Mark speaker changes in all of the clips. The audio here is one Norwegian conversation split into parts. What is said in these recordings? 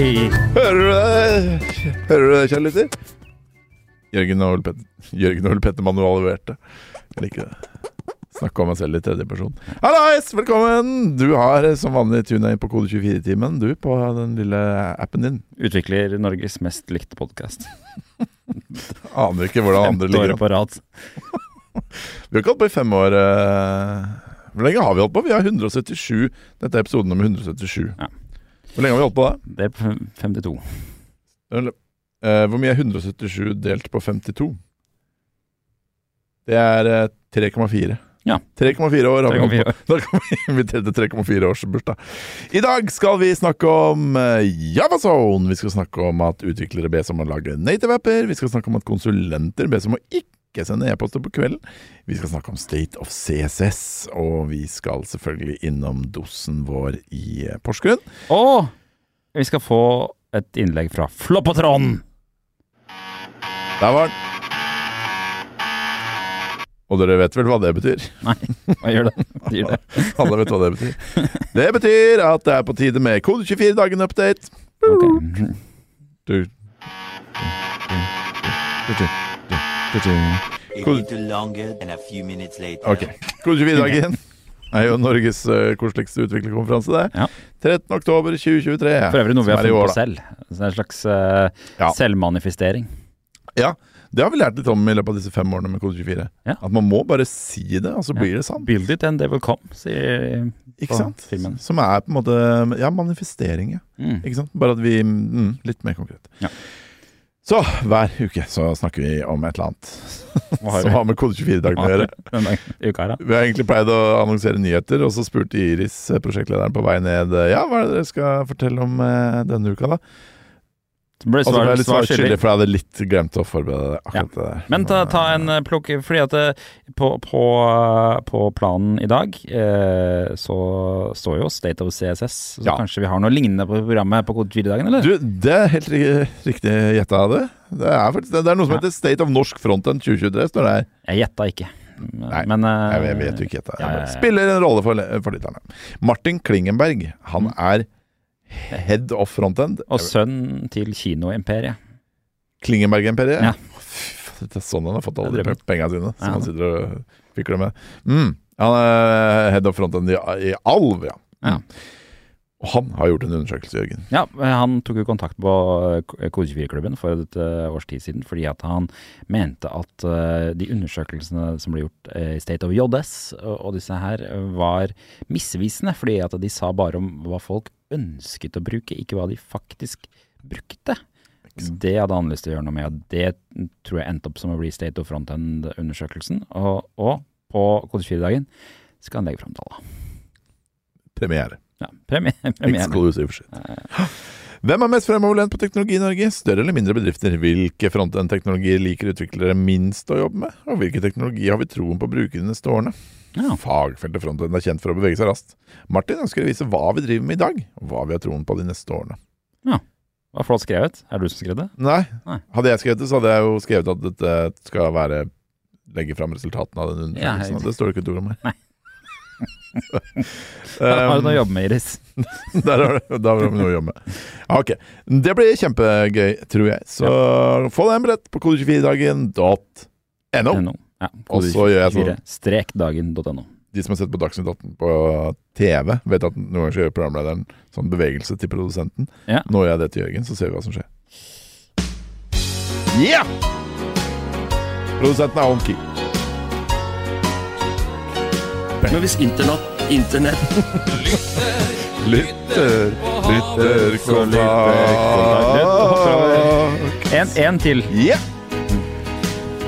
Speaker 1: Hører du det, Hører du det, kjære lytter? Jørgen og Ole Petter Jørgen og Ole Petter manualiverte. Jeg liker det. Snakke om meg selv i tredje person. Hallais, velkommen! Du har eh, som vanlig tuna inn på Kode 24-timen, du, på den lille appen din.
Speaker 2: Utvikler Norges mest likte podkast.
Speaker 1: Aner ikke hvordan andre ligger
Speaker 2: Året
Speaker 1: an.
Speaker 2: på rad.
Speaker 1: Vi har ikke holdt på i fem år. eh. Hvor lenge har vi holdt på? Vi har 177. Dette er episode nummer 177.
Speaker 2: Ja.
Speaker 1: Hvor lenge har vi holdt på da?
Speaker 2: Det er på 52.
Speaker 1: Eller, eh, hvor mye er 177 delt på 52? Det er eh, 3,4.
Speaker 2: Ja.
Speaker 1: 3,4 år har vi holdt på.
Speaker 2: 3,4 år.
Speaker 1: Da kan vi invitere til 3,4-årsbursdag. I dag skal vi snakke om eh, Javazone. Vi skal snakke om at utviklere bes om å lage native-apper. Vi skal snakke om at konsulenter bes om å ikke sende e-poster på kvelden. Vi skal snakke om State of CSS, og vi skal selvfølgelig innom dosen vår i eh, Porsgrunn.
Speaker 2: Og vi skal få et innlegg fra Floppatron.
Speaker 1: Der var den! Og dere vet vel hva det betyr?
Speaker 2: Nei, hva gjør det? Det Gjør det.
Speaker 1: Alle vet hva det betyr. Det betyr at det er på tide med Kode 24 dagen update.
Speaker 2: Ok.
Speaker 1: Du.
Speaker 3: A
Speaker 1: Cool.
Speaker 3: little longer than a few minutes later.
Speaker 1: Ok. Kode 24-dagen er jo Norges eh, koseligste utviklerkonferanse, det.
Speaker 2: Ja.
Speaker 1: 13. oktober 2023.
Speaker 2: For øvrig noe vi har
Speaker 1: som er i
Speaker 2: funnet
Speaker 1: år,
Speaker 2: på
Speaker 1: da.
Speaker 2: selv. Så det er en slags eh,
Speaker 1: Ja.
Speaker 2: selvmanifestering.
Speaker 1: Ja, det har vi lært litt om i løpet av disse fem årene med Kode 24.
Speaker 2: Ja.
Speaker 1: At man må bare si det, og så blir det sant.
Speaker 2: Build it and they will come, sier
Speaker 1: Ikke
Speaker 2: på
Speaker 1: sant?
Speaker 2: filmen.
Speaker 1: Som er på en måte Ja, manifestering, ja.
Speaker 2: mm.
Speaker 1: Ikke sant? Bare at vi mm, Litt mer konkret.
Speaker 2: Ja.
Speaker 1: Så hver uke så snakker vi om et eller annet
Speaker 2: Hva har
Speaker 1: som
Speaker 2: vi?
Speaker 1: har med Kode 24-dagen å gjøre.
Speaker 2: Denne uka her, da.
Speaker 1: Vi har egentlig pleid å annonsere nyheter, og så spurte Iris, eh, prosjektlederen, på vei ned eh, Ja, hva er det dere skal fortelle om eh, denne uka, da?
Speaker 2: Så ble
Speaker 1: Og så ble
Speaker 2: svar,
Speaker 1: jeg Altså, litt
Speaker 2: svar
Speaker 1: svar skyldig,
Speaker 2: skyldig.
Speaker 1: for jeg hadde litt glemt å forberede det, akkurat det der.
Speaker 2: Men ta, ta en eh, plukk, fordi at eh, på, på, eh, på planen i dag eh, så står jo State of CSS, så
Speaker 1: Ja.
Speaker 2: kanskje vi har noe lignende på programmet på Kode 4-dagen, eller?
Speaker 1: Du, det er helt ri- riktig gjetta av det. Det er, faktisk, det er noe som
Speaker 2: Ja.
Speaker 1: heter State of Norsk Frontend 2023, står det her.
Speaker 2: Jeg gjetta ikke.
Speaker 1: Nei,
Speaker 2: men eh,
Speaker 1: Jeg vet- jeg vet jo ikke dette.
Speaker 2: Ja, ja, ja.
Speaker 1: Spiller en rolle for, for lytterne. Martin Klingenberg, han er head of frontend.
Speaker 2: Mm. Og sønn til kinoimperiet.
Speaker 1: Klingenberg-imperiet?
Speaker 2: Ja.
Speaker 1: Fy faen, Det er sånn han har fått alle
Speaker 2: Det er
Speaker 1: de
Speaker 2: drømmen.
Speaker 1: penga sine, som
Speaker 2: Ja.
Speaker 1: han sitter og fikler med. Mm. Han er head of frontend i, i Alv, ja.
Speaker 2: Ja.
Speaker 1: Og han har gjort en undersøkelse, Jørgen.
Speaker 2: Ja, eh, han tok jo kontakt på eh, Kode24-klubben for et eh, års tid siden, fordi at han mente at eh, de undersøkelsene som ble gjort eh, i State of JS og, og disse her, eh, var misvisende. Fordi at de sa bare om hva folk ønsket å bruke, ikke hva de faktisk brukte.
Speaker 1: Mm.
Speaker 2: Det hadde han lyst til å gjøre noe med, og det tror jeg endte opp som å bli State of Frontend-undersøkelsen. Og, og på Kode24-dagen skal han legge fram tallene.
Speaker 1: Premiere.
Speaker 2: Ja, premie, premie. Eh,
Speaker 1: Exclusive shit. Hvem er mest fremoverlent på teknologi i Norge? Større eller mindre bedrifter? Hvilke frontend-teknologier liker utviklere minst å jobbe med? Og hvilke teknologi har vi troen på å bruke de neste årene?
Speaker 2: Ja.
Speaker 1: Fagfeltet frontend er kjent for å bevege seg raskt. Martin ønsker å vise hva vi driver med i dag, og hva vi har troen på de neste årene.
Speaker 2: Hva flott skrevet. Er det du som skrev det?
Speaker 1: Nei.
Speaker 2: Nei.
Speaker 1: Hadde jeg skrevet det, så hadde jeg jo skrevet at dette skal være Legge fram resultatene av den
Speaker 2: Ja,
Speaker 1: undersøkelsen.
Speaker 2: helt
Speaker 1: og det står det ikke et ord om her.
Speaker 2: Nei. Her har du noe å
Speaker 1: um,
Speaker 2: jobbe med, Iris.
Speaker 1: der har du da har vi noe å jobbe med. Ok. Det blir kjempegøy, tror jeg. Så få deg en billett på kode24dagen.no.
Speaker 2: NO. Ja,
Speaker 1: Og så gjør jeg sånn.
Speaker 2: Strekdagen.no.
Speaker 1: De som har sett på Dagsnytt 18 på TV, vet at noen ganger så gjør programlederen sånn bevegelse til produsenten.
Speaker 2: Ja.
Speaker 1: Nå gjør jeg det til Jørgen, så ser vi hva som skjer. Yeah! Produsenten er on key.
Speaker 4: Men hvis internett, internett
Speaker 1: Lytter, lytter, kontakt.
Speaker 2: En, en til.
Speaker 1: Ja!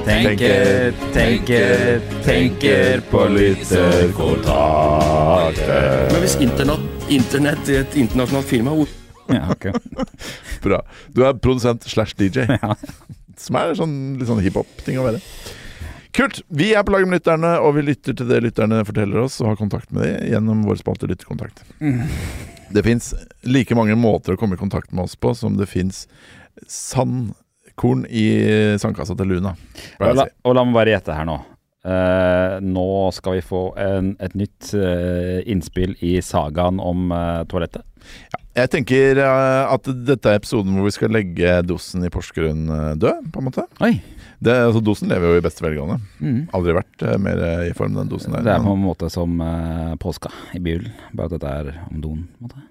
Speaker 2: Tenker, tenker, tenker på
Speaker 1: lytterkontakter.
Speaker 4: Men hvis internett, internett i et internasjonalt firma hvor-
Speaker 2: Ja, ok.
Speaker 1: Bra. Du er produsent slash DJ. Som er sånn, litt sånn hiphop-ting å være. Kult! Vi er på lag med lytterne, og vi lytter til det lytterne forteller oss, og har kontakt med dem gjennom vår spalte Lytterkontakt.
Speaker 2: Mm.
Speaker 1: Det fins like mange måter å komme i kontakt med oss på som det fins sandkorn i sandkassa til Luna.
Speaker 2: Og
Speaker 1: pleier
Speaker 2: la,
Speaker 1: jeg å si.
Speaker 2: og la meg bare gjette her nå. Eh, nå skal vi få en, et nytt eh, innspill i sagaen om eh, toalettet.
Speaker 1: Jeg tenker eh, at dette er episoden hvor vi skal legge dosen i Porsgrunn eh, død, på en måte.
Speaker 2: Oi!
Speaker 1: Det, altså, dosen lever jo i beste velgående.
Speaker 2: Mm.
Speaker 1: Aldri vært eh, mer eh, i form, den dosen der.
Speaker 2: Det Sånn er på
Speaker 1: Men
Speaker 2: en måte som eh, påska i bilen, bare at dette er om doen. på en måte.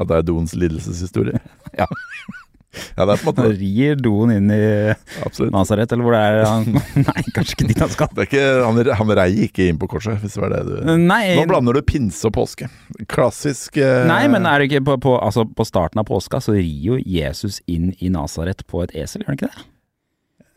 Speaker 1: At det er doens lidelseshistorie.
Speaker 2: Ja.
Speaker 1: ja, det er på en måte
Speaker 2: Han
Speaker 1: det.
Speaker 2: rir doen inn i
Speaker 1: Absolutt.
Speaker 2: Nasaret, eller hvor det er han Nei, kanskje ikke dit han skal.
Speaker 1: Det er ikke, han, han rei ikke inn på korset, hvis det var det du
Speaker 2: Nei,
Speaker 1: Nå blander du pinse og påske. Klassisk eh,
Speaker 2: nei men er det ikke på, på, altså, på starten av påska så rir jo Jesus inn i Nasaret på et esel, gjør han ikke det?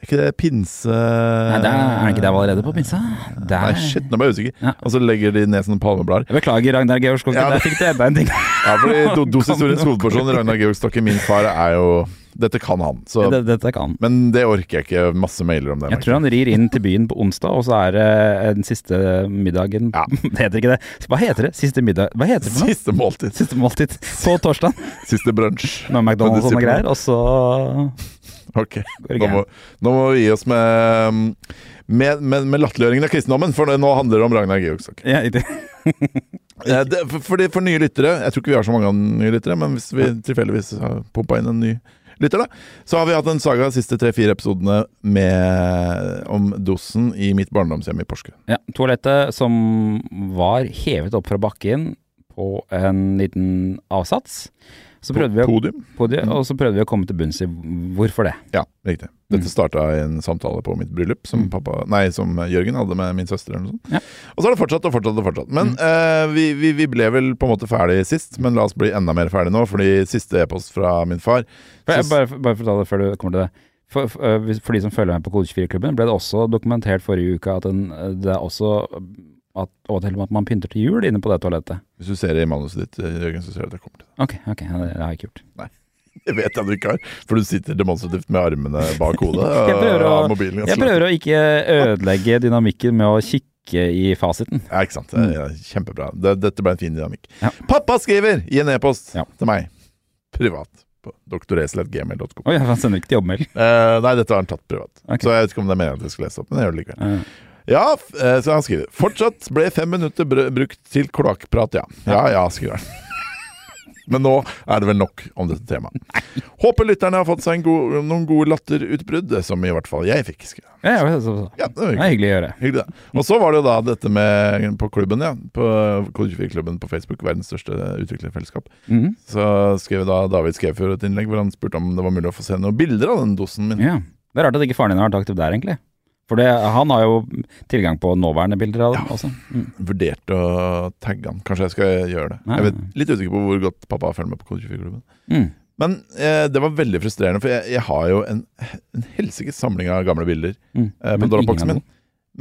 Speaker 1: Er ikke det pinse
Speaker 2: Nei, det er, er han ikke der allerede på pinsa? Der.
Speaker 1: Nei, shit, nå ble jeg usikker.
Speaker 2: Ja.
Speaker 1: Og så legger de ned sånne palmeblader.
Speaker 2: Jeg beklager, Ragnar Georgskog,
Speaker 1: Ja,
Speaker 2: ja,
Speaker 1: men-
Speaker 2: der fikk du enda en ting.
Speaker 1: Ja, fordi do- Doshistoriens hovedperson, Ragnar Georg Stokke, min far, er jo Dette kan han. Så,
Speaker 2: Dette, dette kan han.
Speaker 1: men det orker jeg ikke. Masse mailer om det.
Speaker 2: Jeg tror han rir inn til byen på onsdag, og så er det den siste middagen
Speaker 1: Ja.
Speaker 2: Det heter ikke det. Hva heter det? Siste middag Hva heter det for noe?
Speaker 1: Siste måltid.
Speaker 2: Siste måltid på torsdag
Speaker 1: Siste brunsj.
Speaker 2: med McDonald's og sånne
Speaker 1: Men du sier
Speaker 2: greier, og så
Speaker 1: Ok,
Speaker 2: det
Speaker 1: nå må, nå må vi gi oss med um, med, med, med latterliggjøringen av kristendommen, for det- nå handler det om Ragnar Georgsok.
Speaker 2: ja, det-
Speaker 1: Eh, For, for, de- for nye lyttere Jeg tror ikke vi har så mange nye lyttere, men hvis vi tilfeldigvis har pumpa inn en ny lytter, da, så har vi hatt en saga de siste tre-fire episodene med, om dosen i mitt barndomshjem i Porsgrunn.
Speaker 2: ja, Toalettet som var hevet opp fra bakken på en liten avsats. Så prøvde vi å,
Speaker 1: Podium?
Speaker 2: podiet, og så prøvde vi å komme til bunns i hvorfor det.
Speaker 1: Ja, riktig.
Speaker 2: Mm.
Speaker 1: Dette starta i en samtale på mitt bryllup som, pappa, nei, som Jørgen hadde med min søster. eller noe sånt.
Speaker 2: Ja. Mm.
Speaker 1: Og så har det fortsatt og fortsatt. og fortsatt. Men eh, vi, vi, vi ble vel på en måte ferdig sist, men la oss bli enda mer ferdig nå, fordi siste e-post fra min far
Speaker 2: For jeg,
Speaker 1: Så-
Speaker 2: bare, bare for å ta det før du kommer til det. For, for, øh, hvis- for de som følger med på Kode 24-klubben, ble det også dokumentert forrige uke at den, øh, det er også øh, at, og til og med at man pynter til jul inne på det toalettet.
Speaker 1: Hvis du ser det i manuset ditt, eh, Jørgen, så ser du at jeg kommer til det.
Speaker 2: Ok, ok, ja, det, det har jeg ikke gjort.
Speaker 1: Det vet jeg du ikke har, for du sitter demonstrativt med armene bak hodet og
Speaker 2: Jeg prøver å-
Speaker 1: har mobilen. ganske
Speaker 2: Jeg prøver å ikke ødelegge dynamikken med å kikke i fasiten.
Speaker 1: Ja, ikke sant. Det er kjempebra. Det- Dette ble en fin dynamikk.
Speaker 2: Ja.
Speaker 1: Pappa skriver i en e-post
Speaker 2: Ja.
Speaker 1: til meg, privat, på doktoreseletgmail.com.
Speaker 2: Oi, han sender ikke til jobbmail.
Speaker 1: Eh, nei, dette har han tatt privat,
Speaker 2: Ok.
Speaker 1: så jeg vet ikke om det er meningen at jeg skal lese opp. Men jeg gjør det likevel.
Speaker 2: Eh,
Speaker 1: Ja, f- eh, så han skriver Fortsatt ble fem minutter br brukt til kloakkprat, ja. Ja ja, skriver han. Men nå er det vel nok om dette temaet. Håper lytterne har fått seg en god, noen gode latterutbrudd, som i hvert fall jeg fikk. skriver han.
Speaker 2: Ja, ja, så, så.
Speaker 1: Ja, det var
Speaker 2: Det er
Speaker 1: hyggelig.
Speaker 2: hyggelig å gjøre.
Speaker 1: Hyggelig, det. Og så var det jo da dette med på klubben, ja. På Kode24-klubben på Facebook, verdens største utviklerfellesskap.
Speaker 2: Mhm.
Speaker 1: Så skrev da David Skæfjord et innlegg hvor han spurte om det var mulig å få se noen bilder av den dosen min.
Speaker 2: ja. Det er rart at ikke faren din har vært aktiv der, egentlig. For det, han har jo tilgang på nåværende bilder av det også. Mm.
Speaker 1: Vurderte å tagge han. Kanskje jeg skal gjøre det.
Speaker 2: Ja.
Speaker 1: Jeg vet, Litt usikker på hvor godt pappa følger med på Kode24-klubben.
Speaker 2: Mm.
Speaker 1: Men eh, det var veldig frustrerende, for jeg, jeg har jo en, en helsikes samling av gamle bilder
Speaker 2: Mm.
Speaker 1: eh, på
Speaker 2: Men
Speaker 1: dropboxen
Speaker 2: ingen
Speaker 1: min.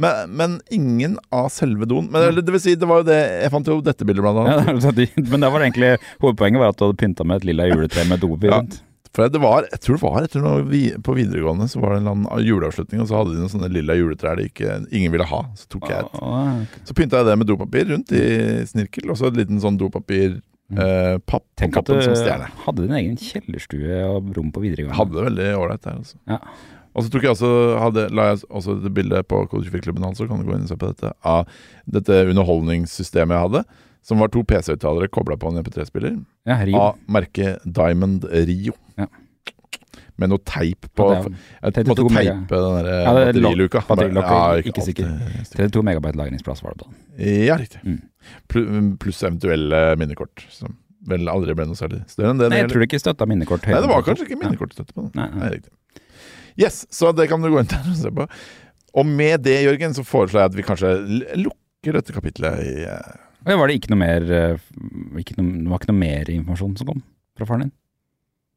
Speaker 1: Men, men ingen av selve doen. Men, eller, det vil si, det var jo det Jeg fant jo dette bildet, blant
Speaker 2: Ja,
Speaker 1: annet.
Speaker 2: det er sant. men det var det egentlig hovedpoenget var at du hadde pynta med et lilla juletre med dopapir
Speaker 1: Ja.
Speaker 2: rundt.
Speaker 1: For det var, jeg tror det var etter noe vi, på videregående så var det en eller annen juleavslutning, og så hadde de noen sånne lilla juletrær de ikke, ingen ville ha. Så tok jeg et.
Speaker 2: Åh, ok.
Speaker 1: Så pynta jeg det med dopapir rundt i snirkel, og så et liten sånn dopapir eh, papp på
Speaker 2: Mm. Tenk at du
Speaker 1: toppen som stjerne.
Speaker 2: hadde din egen kjellerstue og rom på videregående.
Speaker 1: Hadde det veldig ålreit der, altså.
Speaker 2: Ja.
Speaker 1: Og så tok jeg også, hadde, la jeg også et bilde på Kode 24-klubben hans, så kan du gå inn og se på dette, av dette underholdningssystemet jeg hadde, som var to PC-høyttalere kobla på en MP3-spiller,
Speaker 2: Ja, Rio.
Speaker 1: av merket Diamond Rio.
Speaker 2: Ja.
Speaker 1: Med noe teip på
Speaker 2: Ja, det er jo-
Speaker 1: Jeg måtte
Speaker 2: 32 mega.
Speaker 1: teipe den der
Speaker 2: Ja, det er
Speaker 1: batteriluka.
Speaker 2: lo- batteriluka,
Speaker 1: Ja,
Speaker 2: ikke
Speaker 1: alt.
Speaker 2: sikker. 32 megabyte lagringsplass var det da.
Speaker 1: Ja, riktig.
Speaker 2: Mm.
Speaker 1: Plu- Pluss eventuelle minnekort, som vel aldri ble noe særlig større enn det.
Speaker 2: Nei, jeg
Speaker 1: det
Speaker 2: tror det ikke støtta minnekort.
Speaker 1: Nei,
Speaker 2: høyere
Speaker 1: det var
Speaker 2: enn
Speaker 1: kanskje ikke
Speaker 2: to.
Speaker 1: minnekortstøtte på den.
Speaker 2: Nei, nei.
Speaker 1: Mm. Nei, riktig. Yes, så det kan du gå inn der og se på. Og med det, Jørgen, så foreslår jeg at vi kanskje l- lukker dette kapitlet i eh,
Speaker 2: Oi, var det ikke noe mer eh, ikke noe, Det var ikke noe mer informasjon som kom fra faren din?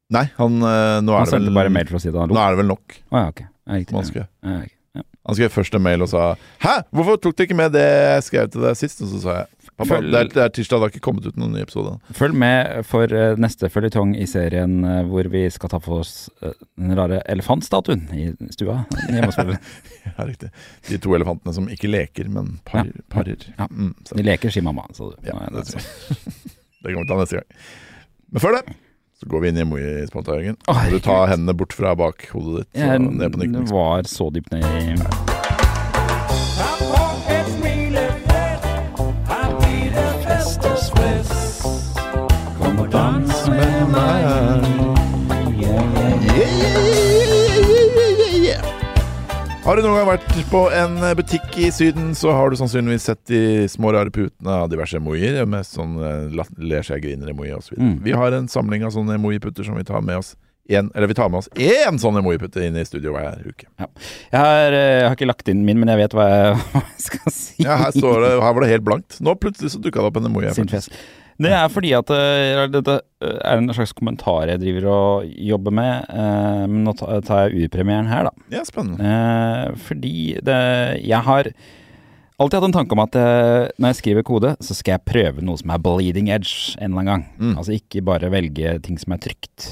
Speaker 1: Nei, han eh,
Speaker 2: Han
Speaker 1: Nå er det
Speaker 2: sendte
Speaker 1: vel
Speaker 2: bare mail for å si at han
Speaker 1: Nå
Speaker 2: lo. Å
Speaker 1: er det vel nok.
Speaker 2: ja, ok. Ja, riktig.
Speaker 1: som Han skrev.
Speaker 2: Ja, ok. Ja.
Speaker 1: Han skrev først en mail og sa 'Hæ, hvorfor tok du ikke med det jeg skrev til deg sist?' Og så sa jeg 'Pappa,
Speaker 2: Følg-
Speaker 1: det er, det er tirsdag, det har ikke kommet ut noen ny episode'.
Speaker 2: Følg med for eh, neste føljetong i serien eh, hvor vi skal ta for oss eh, den rare elefantstatuen i stua. hjemme hos foreldrene.
Speaker 1: Ja, riktig. De to elefantene som ikke leker, men parer.
Speaker 2: Ja.
Speaker 1: parer.
Speaker 2: Ja.
Speaker 1: Mm, så-
Speaker 2: De leker, sier mamma. Så du.
Speaker 1: Ja,
Speaker 2: Nå er
Speaker 1: det,
Speaker 2: det sånn.
Speaker 1: det kommer vi til neste gang. Men før det så går vi inn i Moi-spalta, Jørgen.
Speaker 2: Å,
Speaker 1: Når du tar hendene bort fra bak hodet ditt
Speaker 2: Jeg
Speaker 1: og ned på liksom?
Speaker 2: det
Speaker 1: nykken.
Speaker 2: var så dypt ned i
Speaker 5: Kom og dans
Speaker 1: Har du noen gang vært på en eh, butikk i Syden, så har du sannsynligvis sett de små rare putene av diverse emoier, med sånn eh, lat- ler seg griner-emoi osv.
Speaker 2: Mm.
Speaker 1: Vi har en samling av sånne emoiputter som vi tar med oss en, eller vi tar med oss én sånn emoiputte inn i studio hver uke.
Speaker 2: Jeg har, eh, jeg har ikke lagt inn min, men jeg vet hva jeg, hva jeg skal si.
Speaker 1: Ja, her, står det, her var det helt blankt. Nå plutselig så dukka det opp en emoi. her,
Speaker 2: Sint
Speaker 1: faktisk.
Speaker 2: fjes. Det er fordi at eh, dette eh, er en slags kommentar jeg driver og jobber med. eh, Men nå ta- tar jeg urpremieren her, da.
Speaker 1: Ja, spennende.
Speaker 2: Eh, fordi det, jeg har alltid hatt en tanke om at eh, når jeg skriver kode, så skal jeg prøve noe som er bleeding edge en eller annen gang.
Speaker 1: Mm.
Speaker 2: Altså ikke bare velge ting som er trygt.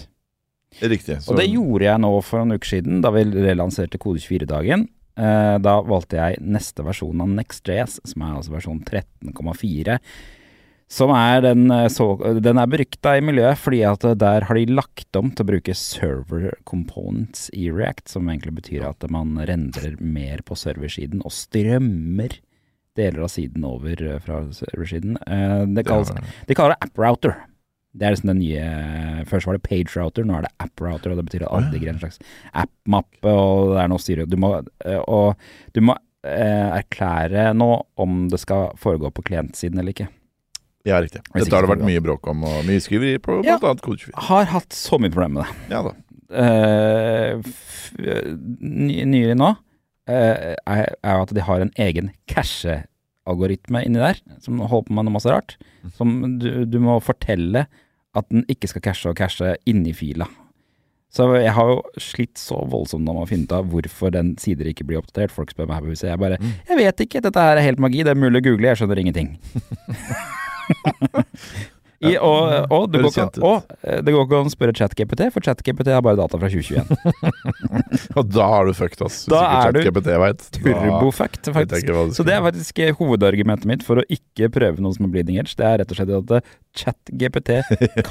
Speaker 1: Riktig. Så
Speaker 2: Og det gjorde jeg nå for noen uker siden, da vi relanserte Kode24-dagen. Eh, Da valgte jeg neste versjon av Next.js, som er altså versjon 13,4. Som er den, eh, så, den er berykta i miljøet, fordi at der har de lagt om til å bruke server components i React, som egentlig betyr at man rendrer mer på serversiden og strømmer deler av siden over eh, fra serversiden. Eh, Det
Speaker 1: det
Speaker 2: kalles
Speaker 1: var-
Speaker 2: de kaller det app-router. Det er liksom den nye Først var det page-router, nå er det app-router. Og det betyr at alt ligger i en slags app-mappe, og det er noe styre. Du må, eh, og du må eh, erklære nå om det skal foregå på klientsiden eller ikke.
Speaker 1: Ja, riktig.
Speaker 2: Hvis
Speaker 1: Dette har det
Speaker 2: ikke så
Speaker 1: vært mye bråk om, og mye skriveri på bl.a.
Speaker 2: Ja.
Speaker 1: annet Kode24.
Speaker 2: Har hatt så mye problemer med det.
Speaker 1: Ja da.
Speaker 2: eh, f- eh, ny, nyere nå, eh, er er jo at de har en egen cache-algoritme inni der, som holder på med noe masse rart. Som du, du må fortelle at den ikke skal cashe og cashe inni fila. Så jeg har jo slitt så voldsomt nå med å finne ut av hvorfor den sider ikke blir oppdatert. Folk spør meg her på huset. Jeg bare Jeg vet ikke, dette her er helt magi. Det er mulig å google, jeg skjønner ingenting. I, og, og, det går
Speaker 1: Høres
Speaker 2: ikke,
Speaker 1: kjent ut.
Speaker 2: og eh, det går ikke an å spørre ChatGPT, for ChatGPT har bare data fra 2021.
Speaker 1: Og da har du fucked, ass. Hvis
Speaker 2: Da
Speaker 1: ikke
Speaker 2: er du
Speaker 1: ChatGPT vet. Da
Speaker 2: Turbofact,
Speaker 1: vet jeg
Speaker 2: faktisk.
Speaker 1: ikke hva du
Speaker 2: Så
Speaker 1: skal
Speaker 2: det er
Speaker 1: gjøre.
Speaker 2: faktisk eh, hovedargumentet mitt for å ikke prøve noe som er bleeding edge. Det er rett og slett at eh, ChatGPT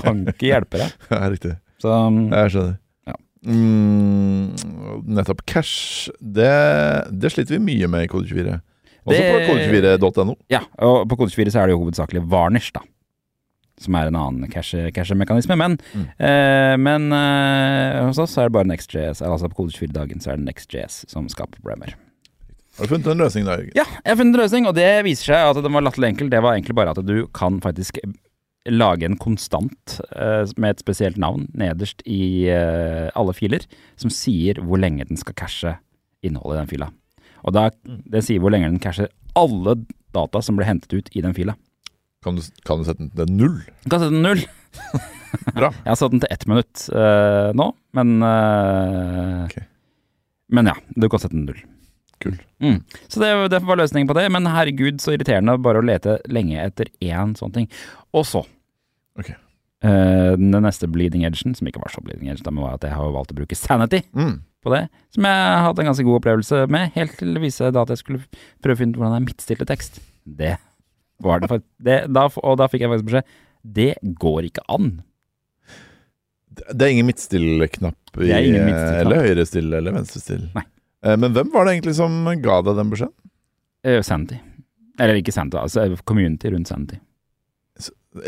Speaker 2: kan ikke hjelpe deg.
Speaker 1: Ja, riktig.
Speaker 2: Så mm,
Speaker 1: Jeg skjønner.
Speaker 2: Ja.
Speaker 1: Mm, nettopp. Cash, det, det sliter vi mye med i Kode24. Også på
Speaker 2: Det-
Speaker 1: kode24.no.
Speaker 2: ja, og på Kode24 så er det jo hovedsakelig varnish, da. Som er en annen cache- cache-mekanisme. Men,
Speaker 1: Mm.
Speaker 2: eh, men eh, hos oss så er det bare NextJS. eller Altså på Kode24-dagen så er det NextJS som skaper problemer.
Speaker 1: Har du funnet en løsning da, Jørgen?
Speaker 2: Ja, jeg har funnet en løsning, og det viser seg at den var latterlig enkel. Det var egentlig bare at du kan faktisk lage en konstant eh, med et spesielt navn nederst i eh, alle filer, som sier hvor lenge den skal cashe innholdet i den fila. Og da, det sier hvor lenge den casher alle data som ble hentet ut i den fila.
Speaker 1: Kan, du, kan du sette den til null?
Speaker 2: Du kan sette den til null.
Speaker 1: Bra.
Speaker 2: Jeg har satt den til ett minutt eh, nå, men eh,
Speaker 1: Ok.
Speaker 2: Men ja, du kan sette den til null.
Speaker 1: Kult.
Speaker 2: Mm. Så det, det var løsningen på det. Men herregud, så irriterende bare å lete lenge etter én sånn ting. Og så
Speaker 1: Ok.
Speaker 2: eh, Den neste bleeding edgen, som ikke var så bleeding edge, da, men var at jeg har valgt å bruke sanity
Speaker 1: Mm.
Speaker 2: på det. Som jeg har hatt en ganske god opplevelse med, helt til det viste seg da at jeg skulle prøve å finne ut hvordan jeg midtstilte tekst. Det var det faktisk. Det, da, og da fikk jeg faktisk beskjed det går ikke an.
Speaker 1: Det det er ingen midtstilleknapp i
Speaker 2: Det er ingen midtstilleknapp.
Speaker 1: Eller høyrestill eller venstrestill.
Speaker 2: Nei.
Speaker 1: Eh, Men hvem var det egentlig som ga deg den beskjeden?
Speaker 2: Eh, Sanity. Eller ikke Sanity, altså community rundt Sanity.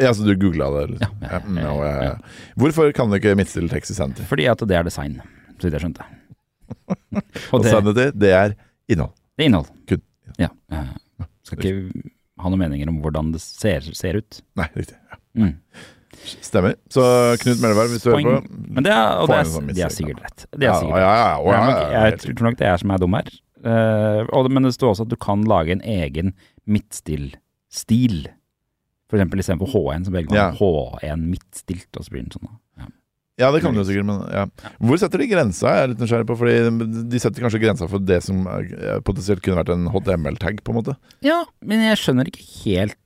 Speaker 1: Ja, så du googla det? Liksom.
Speaker 2: Ja, eh, ja,
Speaker 1: Ja, mm,
Speaker 2: ja,
Speaker 1: ja, ja,
Speaker 2: ja.
Speaker 1: ja. Hvorfor kan du ikke midtstille tekst i Sanity?
Speaker 2: Fordi at det er design, så vidt jeg skjønte.
Speaker 1: Og
Speaker 2: Og det,
Speaker 1: Sanity, det er innhold.
Speaker 2: det er innhold.
Speaker 1: Kun-
Speaker 2: Ja. ja, ja. Skal ikke ha noen meninger om hvordan det ser, ser ut.
Speaker 1: Nei, riktig. Ja.
Speaker 2: Mm.
Speaker 1: Stemmer. Så Knut Melvær, hvis du
Speaker 2: Poeng.
Speaker 1: hører på
Speaker 2: Men det er, og det
Speaker 1: Får en
Speaker 2: er,
Speaker 1: sånn
Speaker 2: de er
Speaker 1: mistanke.
Speaker 2: sikkert rett. De er sikkert
Speaker 1: ja, ja, ja, ja,
Speaker 2: Jeg,
Speaker 1: ja, ja,
Speaker 2: jeg, tror nok det er som er dum her. Eh, og, det- men det står også at du kan lage en egen midtstill-stil. For eksempel istedenfor H1, så velger man
Speaker 1: Ja.
Speaker 2: H1 midtstilt, og så blir den sånn. da. Ja.
Speaker 1: Ja, det kan du jo sikkert, men ja. Hvor setter de grensa? Jeg er litt nysgjerrig på, fordi De setter kanskje grensa for det som eh, potensielt kunne vært en HTML-tag, på en måte.
Speaker 2: Ja, men jeg skjønner ikke helt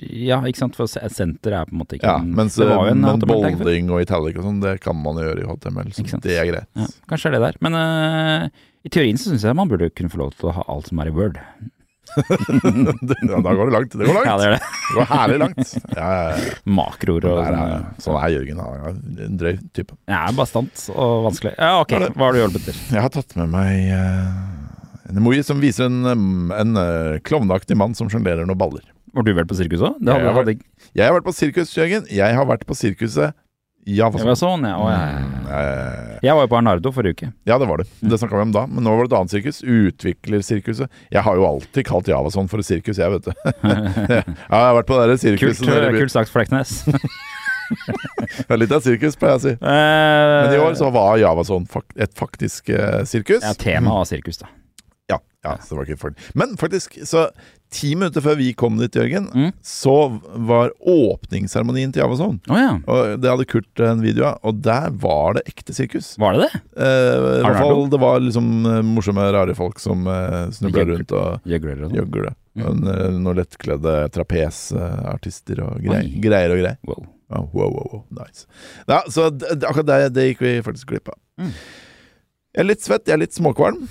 Speaker 2: Ja, ikke sant, for se- senter er på en måte ikke
Speaker 1: Ja,
Speaker 2: en-
Speaker 1: mens
Speaker 2: Mm.
Speaker 1: eh,
Speaker 2: det var jo en
Speaker 1: men
Speaker 2: automatic tag før.
Speaker 1: bolding og italic og sånn, det kan man jo gjøre i HTML,
Speaker 2: Ikke
Speaker 1: så
Speaker 2: sant.
Speaker 1: det er greit.
Speaker 2: ja, Kanskje det er det der. Men eh, i teorien så syns jeg man burde kunne få lov til å ha alt som er i Word.
Speaker 1: ja, da går det langt. Det går
Speaker 2: Ja,
Speaker 1: langt.
Speaker 2: det er det.
Speaker 1: Det går herlig langt. Ja, ja, ja.
Speaker 2: Makroer og
Speaker 1: Der
Speaker 2: sånn.
Speaker 1: er, sånn er Jørgen. Han er en drøy type.
Speaker 2: Ja, bastant og vanskelig. Ja, ok,
Speaker 1: Ja, det-
Speaker 2: hva har du hjulpet til?
Speaker 1: Jeg har tatt med meg eh, en emoji som viser en, em, en eh, klovneaktig mann som sjonglerer noen baller.
Speaker 2: Var du vel på sirkuset òg? Det
Speaker 1: Jeg
Speaker 2: hadde,
Speaker 1: var-
Speaker 2: hadde
Speaker 1: Jeg har vært på sirkus, Jørgen. Jeg har vært på sirkuset Ja, for
Speaker 2: Det var sånn,
Speaker 1: sånn.
Speaker 2: ja. Å, ja.
Speaker 1: Ja, ja, ja.
Speaker 2: Jeg var jo på Arnardo forrige uke.
Speaker 1: Ja, det var det. Det snakka vi om da. Men nå var det et annet sirkus. Utviklersirkuset. Jeg har jo alltid kalt Javason for et sirkus, jeg, vet du. ja, jeg har vært på det der
Speaker 2: Kult,
Speaker 1: sirkuset nede i byen.
Speaker 2: kult sagt, Fleksnes.
Speaker 1: Det er Litt av sirkus, pleier jeg å si. Men i år så var Javason fak et faktisk eh, sirkus.
Speaker 2: Ja, temaet var sirkus, da.
Speaker 1: Ja, ja, så det var ikke for Men faktisk, så ti minutter før vi kom dit, Jørgen,
Speaker 2: Mm.
Speaker 1: så var åpningsseremonien til Javason.
Speaker 2: Å ja.
Speaker 1: Og Det hadde Kurt eh, en video av, og der var det ekte sirkus.
Speaker 2: Var det det?
Speaker 1: Eh, I hvert
Speaker 2: Arnardo?
Speaker 1: fall det var liksom eh, morsomme, rare folk som eh, snubla
Speaker 2: Jøgler.
Speaker 1: rundt og
Speaker 2: Gjøgler og sånn.
Speaker 1: Gjøgle. Mm. Noen lettkledde trapesartister og grei,
Speaker 2: Oi.
Speaker 1: greier og greier.
Speaker 2: Wow.
Speaker 1: Ja, wow, wow, wow, nice. Ja, så d- d- akkurat det, det gikk vi faktisk glipp av.
Speaker 2: Mm.
Speaker 1: Jeg er litt svett, jeg er litt småkvalm.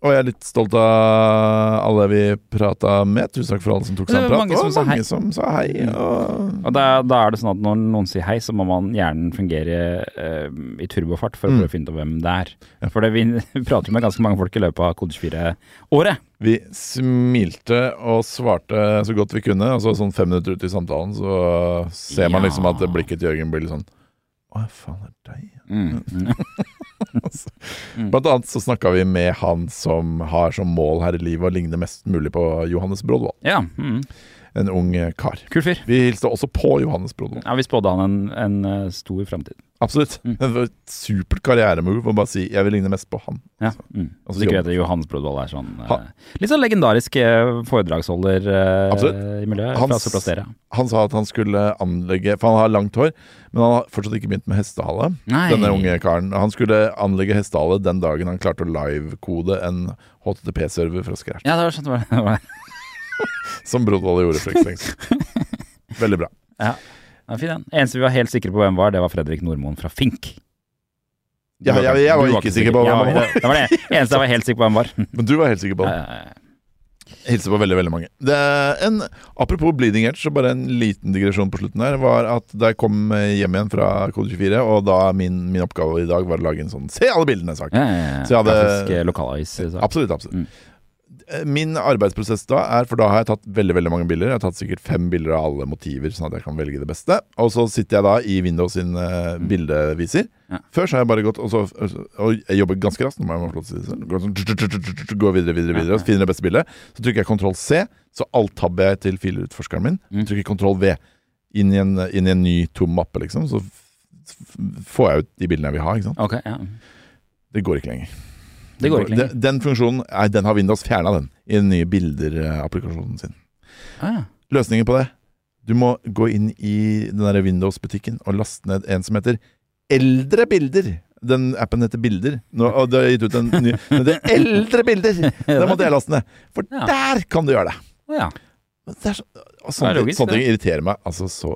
Speaker 1: Og jeg er litt stolt av alle vi prata med. Tusen takk for alle som tok
Speaker 2: Det var
Speaker 1: seg en prat.
Speaker 2: mange som
Speaker 1: Og
Speaker 2: sa hei. Mm.
Speaker 1: mange som sa hei. Og...
Speaker 2: Og da, da er det sånn at når noen sier hei, så må man hjernen fungere eh, i turbofart
Speaker 1: Mm.
Speaker 2: for å prøve å finne ut hvem det er. For det, vi prater jo med ganske mange folk i løpet av Kode 4-året.
Speaker 1: Vi smilte og svarte så godt vi kunne. Og så sånn fem minutter ut i samtalen så ser man
Speaker 2: Ja.
Speaker 1: liksom at blikket til Jørgen blir litt sånn Å, faen, det er deg? Mm. Blant annet så snakka vi med han som har som mål her i livet å ligne mest mulig på Johannes Brodvold.
Speaker 2: Ja. Mm.
Speaker 1: En ung eh, kar.
Speaker 2: Kul fyr.
Speaker 1: Vi hilste også på Johannes Brodvold.
Speaker 2: Ja, vi spådde han en, en eh, stor framtid.
Speaker 1: Absolutt. Det var et supert karrieremove å bare si 'jeg vil ligne mest på han'.
Speaker 2: Ja. Mm.
Speaker 1: Liksom. Og så
Speaker 2: Så ikke
Speaker 1: jobber-
Speaker 2: vet at Johannes Brodvold er sånn eh,
Speaker 1: Ha-
Speaker 2: litt sånn legendarisk eh, foredragsholder eh,
Speaker 1: Absolutt.
Speaker 2: i miljøet.
Speaker 1: Hans-
Speaker 2: Fra Soprasteria.
Speaker 1: Han sa at han skulle anlegge For han har langt hår, men han har fortsatt ikke begynt med hestehale.
Speaker 2: Nei.
Speaker 1: Denne unge karen. Han skulle anlegge hestehale den dagen han klarte å livekode en HTTP-server fra scratch.
Speaker 2: Ja, det var sånn det var. det var-
Speaker 1: Som Brodvold gjorde for ikke så lenge siden. Veldig bra.
Speaker 2: Ja. Ja, fin, den. Eneste vi var helt sikre på hvem var, det var Fredrik Nordmoen fra Fink.
Speaker 1: Ja, jeg, jeg, var ikke sikker på
Speaker 2: Ja,
Speaker 1: hvem han var.
Speaker 2: Det var det eneste jeg var helt sikker på hvem var.
Speaker 1: Men du var helt sikker på det.
Speaker 2: Eh,
Speaker 1: Hilser på veldig, veldig mange. Det er en, apropos bleeding edge, så bare en liten digresjon på slutten her. Var at da jeg kom hjem igjen fra Kode 24, og da min, min oppgave i dag var å lage en sånn Se alle bildene-sak.
Speaker 2: Ja, ja, ja.
Speaker 1: Så jeg hadde-
Speaker 2: Klassisk eh, lokalavis. eh, sak.
Speaker 1: Absolutt. absolutt Eh, Min arbeidsprosess da er For da har jeg tatt veldig veldig mange bilder. Jeg har tatt sikkert fem bilder av alle motiver, sånn at jeg kan velge det beste. Og så sitter jeg da i Windows sin eh, bildeviser.
Speaker 2: Mm. Ja.
Speaker 1: Før så har jeg bare gått Og, så, og jeg jobber ganske raskt. Nå må jeg bare få lov til å si det selv. Går sånn, tut, tut, tut, tut, Går videre, videre, videre. og Finner det beste bildet. Så trykker jeg kontroll C, så alt tabber jeg til filutforskeren min.
Speaker 2: Mm.
Speaker 1: Trykker kontroll V. Inn i, en, inn i en ny tom mappe, liksom. Så f- f- får jeg ut de bildene jeg vil ha. Ikke sant?
Speaker 2: Ok, ja.
Speaker 1: Det går ikke lenger.
Speaker 2: Det går ikke lenger.
Speaker 1: Den, den funksjonen nei, den har Windows fjerna, den, i den nye bilder-applikasjonen sin.
Speaker 2: Ah, ja.
Speaker 1: Løsningen på det Du må gå inn i den der Windows-butikken og laste ned en som heter Eldre bilder. Den appen heter Bilder. Nå, og det har gitt ut en ny Men det er Eldre bilder! Den måtte jeg laste ned. For
Speaker 2: Ja.
Speaker 1: der kan du gjøre det!
Speaker 2: Å, ja.
Speaker 1: Men Det er så, og
Speaker 2: Det
Speaker 1: sånne,
Speaker 2: er logisk,
Speaker 1: sånne ting
Speaker 2: det.
Speaker 1: irriterer meg altså så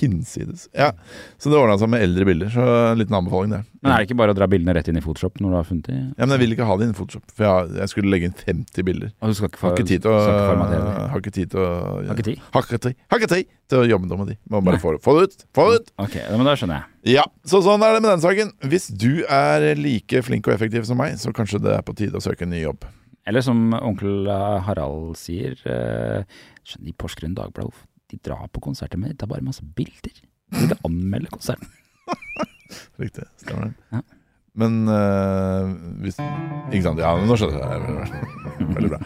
Speaker 1: hinsides. Ja, Så det ordna seg med eldre bilder. Så en liten anbefaling der.
Speaker 2: Men er det ikke bare å dra bildene rett inn i Photoshop når du har funnet dem?
Speaker 1: Ja, men jeg vil ikke ha det innen Photoshop, for jeg, har- jeg skulle legge inn 50 bilder.
Speaker 2: Og du skal ikke,
Speaker 1: Har
Speaker 2: for,
Speaker 1: ikke tid til å
Speaker 2: skal ikke formatere dem?
Speaker 1: Har ikke tid til å
Speaker 2: Har ikke tid?
Speaker 1: Har ikke tid, har ikke tid til å jobbe med de. Må bare få, få det ut! Få det ut!
Speaker 2: Ok, ja, men da skjønner jeg.
Speaker 1: Ja, så sånn er det med den saken. Hvis du er like flink og effektiv som meg, så kanskje det er på tide å søke en ny jobb.
Speaker 2: Eller som onkel eh, Harald sier, eh, skjønner de Porsgrunn Dagblad, hvorfor de drar på konserter med, de tar bare masse bilder. De skal anmelde konserten.
Speaker 1: Riktig. Stemmer
Speaker 2: Ja.
Speaker 1: det. Men øh, hvis Ikke sant? Ja, nå skjønner jeg. Veldig bra.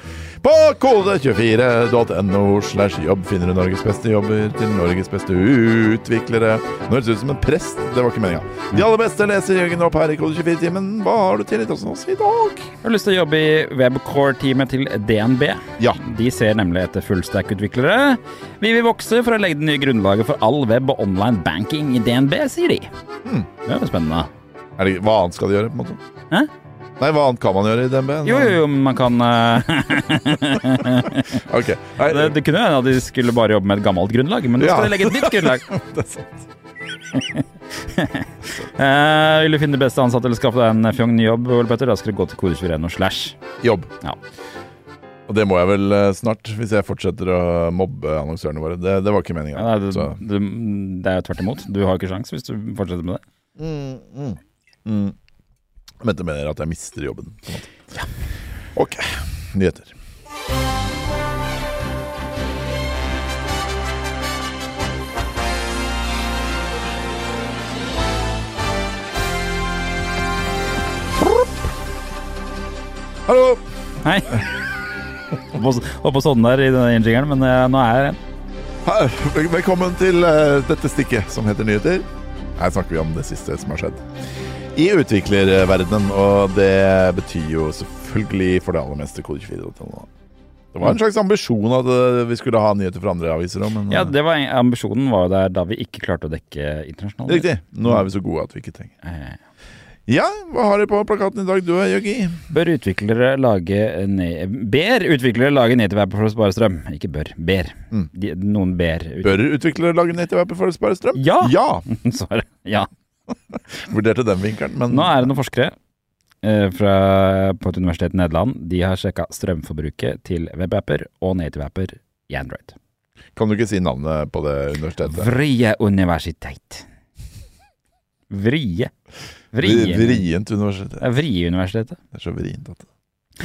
Speaker 1: På kode24.no slash jobb finner du Norges beste jobber til Norges beste utviklere. Nå høres det ut som en prest. Det var ikke meninga. De aller beste leser Jørgen opp her i Kode24-timen. Hva har du tillit hos oss i dag?
Speaker 2: Jeg har lyst til å jobbe i webcore-teamet til DNB.
Speaker 1: Ja.
Speaker 2: De ser nemlig etter fullstack-utviklere. Vi vil vokse for å legge det nye grunnlaget for all web og online banking i DNB, sier de. Det er jo spennende.
Speaker 1: Er det, hva annet skal de gjøre, på en måte?
Speaker 2: Hæ?
Speaker 1: Nei, hva annet kan man gjøre i DNB?
Speaker 2: Jo, jo, jo, men man kan eh,
Speaker 1: Ok. Nei,
Speaker 2: det, det kunne jo hende at de skulle bare jobbe med et gammelt grunnlag, men nå
Speaker 1: Ja.
Speaker 2: skal de legge et nytt grunnlag.
Speaker 1: det er sant.
Speaker 2: Eh, vil du finne de beste ansatte eller skaffe deg en fjong ny jobb, Ole Petter, da skal du gå til kode21 og slash.
Speaker 1: Jobb.
Speaker 2: Ja.
Speaker 1: Og det må jeg vel eh, snart, hvis jeg fortsetter å mobbe annonsørene våre. Det, det var ikke meninga.
Speaker 2: Ja, det, du, det er jo tvert imot. Du har jo ikke sjans hvis du fortsetter med det.
Speaker 1: Mm. Men det mener at jeg mister jobben. På en måte. Ok. Nyheter. Hallo!
Speaker 2: Hei. Var på sånn der i den jingeren, men eh, nå er jeg her.
Speaker 1: Hei, vel- Velkommen til eh, dette stikket som heter Nyheter. Her snakker vi om det siste som har skjedd i utviklerverdenen, og det betyr jo selvfølgelig for det aller meste kode24.no. Det var en slags ambisjon at eh, vi skulle ha nyheter fra andre aviser òg, men eh,
Speaker 2: Ja, det var, ambisjonen var jo der da vi ikke klarte å dekke
Speaker 1: det er
Speaker 2: internasjonalt.
Speaker 1: riktig. Nå er vi så gode at vi ikke trenger
Speaker 2: Eh,
Speaker 1: Ja, hva har du på plakaten i dag, du eh, Jøggi?
Speaker 2: Bør utviklere lage ne Ber utviklere lage netivær for å spare strøm? Ikke bør, ber.
Speaker 1: Mm.
Speaker 2: De, noen ber. ut-
Speaker 1: Bør utviklere lage nettverk for å spare strøm?
Speaker 2: Ja!
Speaker 1: Ja!
Speaker 2: Svaret. Ja.
Speaker 1: Vurderte den vinkelen, men
Speaker 2: Nå er det noen forskere eh, fra, på et universitet i Nederland. De har sjekka strømforbruket til webapper og native-apper i Android.
Speaker 1: kan du ikke si navnet på det universitetet?
Speaker 2: Vrie universitet. Vrie. Vrie.
Speaker 1: Vrient universitet.
Speaker 2: Det er Vrie-universitetet.
Speaker 1: Det er så vrient at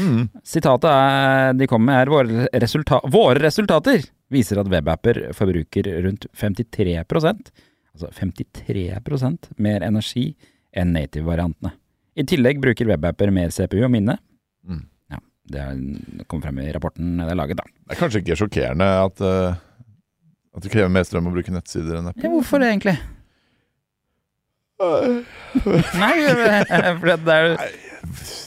Speaker 1: mm.
Speaker 2: Sitatet er, de kommer med er våre, resulta våre resultater viser at webapper forbruker rundt 53 altså 53 mer energi enn native-variantene. I tillegg bruker webapper mer CPU og minne.
Speaker 1: Mm.
Speaker 2: Ja, det er- det kommer frem i rapporten det er laget, da.
Speaker 1: Det er kanskje ikke sjokkerende at, eh, at det krever mer strøm å bruke nettsider enn app.
Speaker 2: Ja, hvorfor det, egentlig?
Speaker 1: Nei,
Speaker 2: Nei, for det er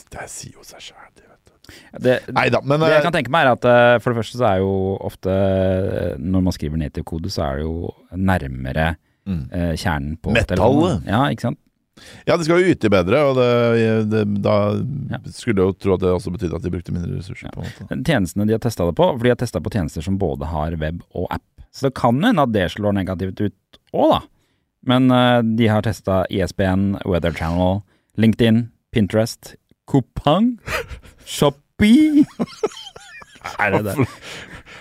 Speaker 1: det sier jo seg sjæl, det, vet du.
Speaker 2: jo det,
Speaker 1: Nei da, men
Speaker 2: Det jeg
Speaker 1: eh,
Speaker 2: kan tenke meg er at eh, for det første så er jo ofte eh, Når man skriver native-kode, så er det jo nærmere
Speaker 1: Mm.
Speaker 2: eh, kjernen på
Speaker 1: Metallet.
Speaker 2: telefonen. Ja, ikke sant?
Speaker 1: Ja, de skal jo yte bedre, og det, det, da
Speaker 2: Ja.
Speaker 1: skulle jeg jo tro at det også betydde at de brukte mindre ressurser.
Speaker 2: Ja.
Speaker 1: på en måte.
Speaker 2: Tjenestene de har testa det på, for de har testa på tjenester som både har web og app. Så det kan hende at det slår negativt ut òg, da. Men eh, de har testa ISBN, Weather Channel, LinkedIn, Pinterest, Kupang, Shopee Er det det?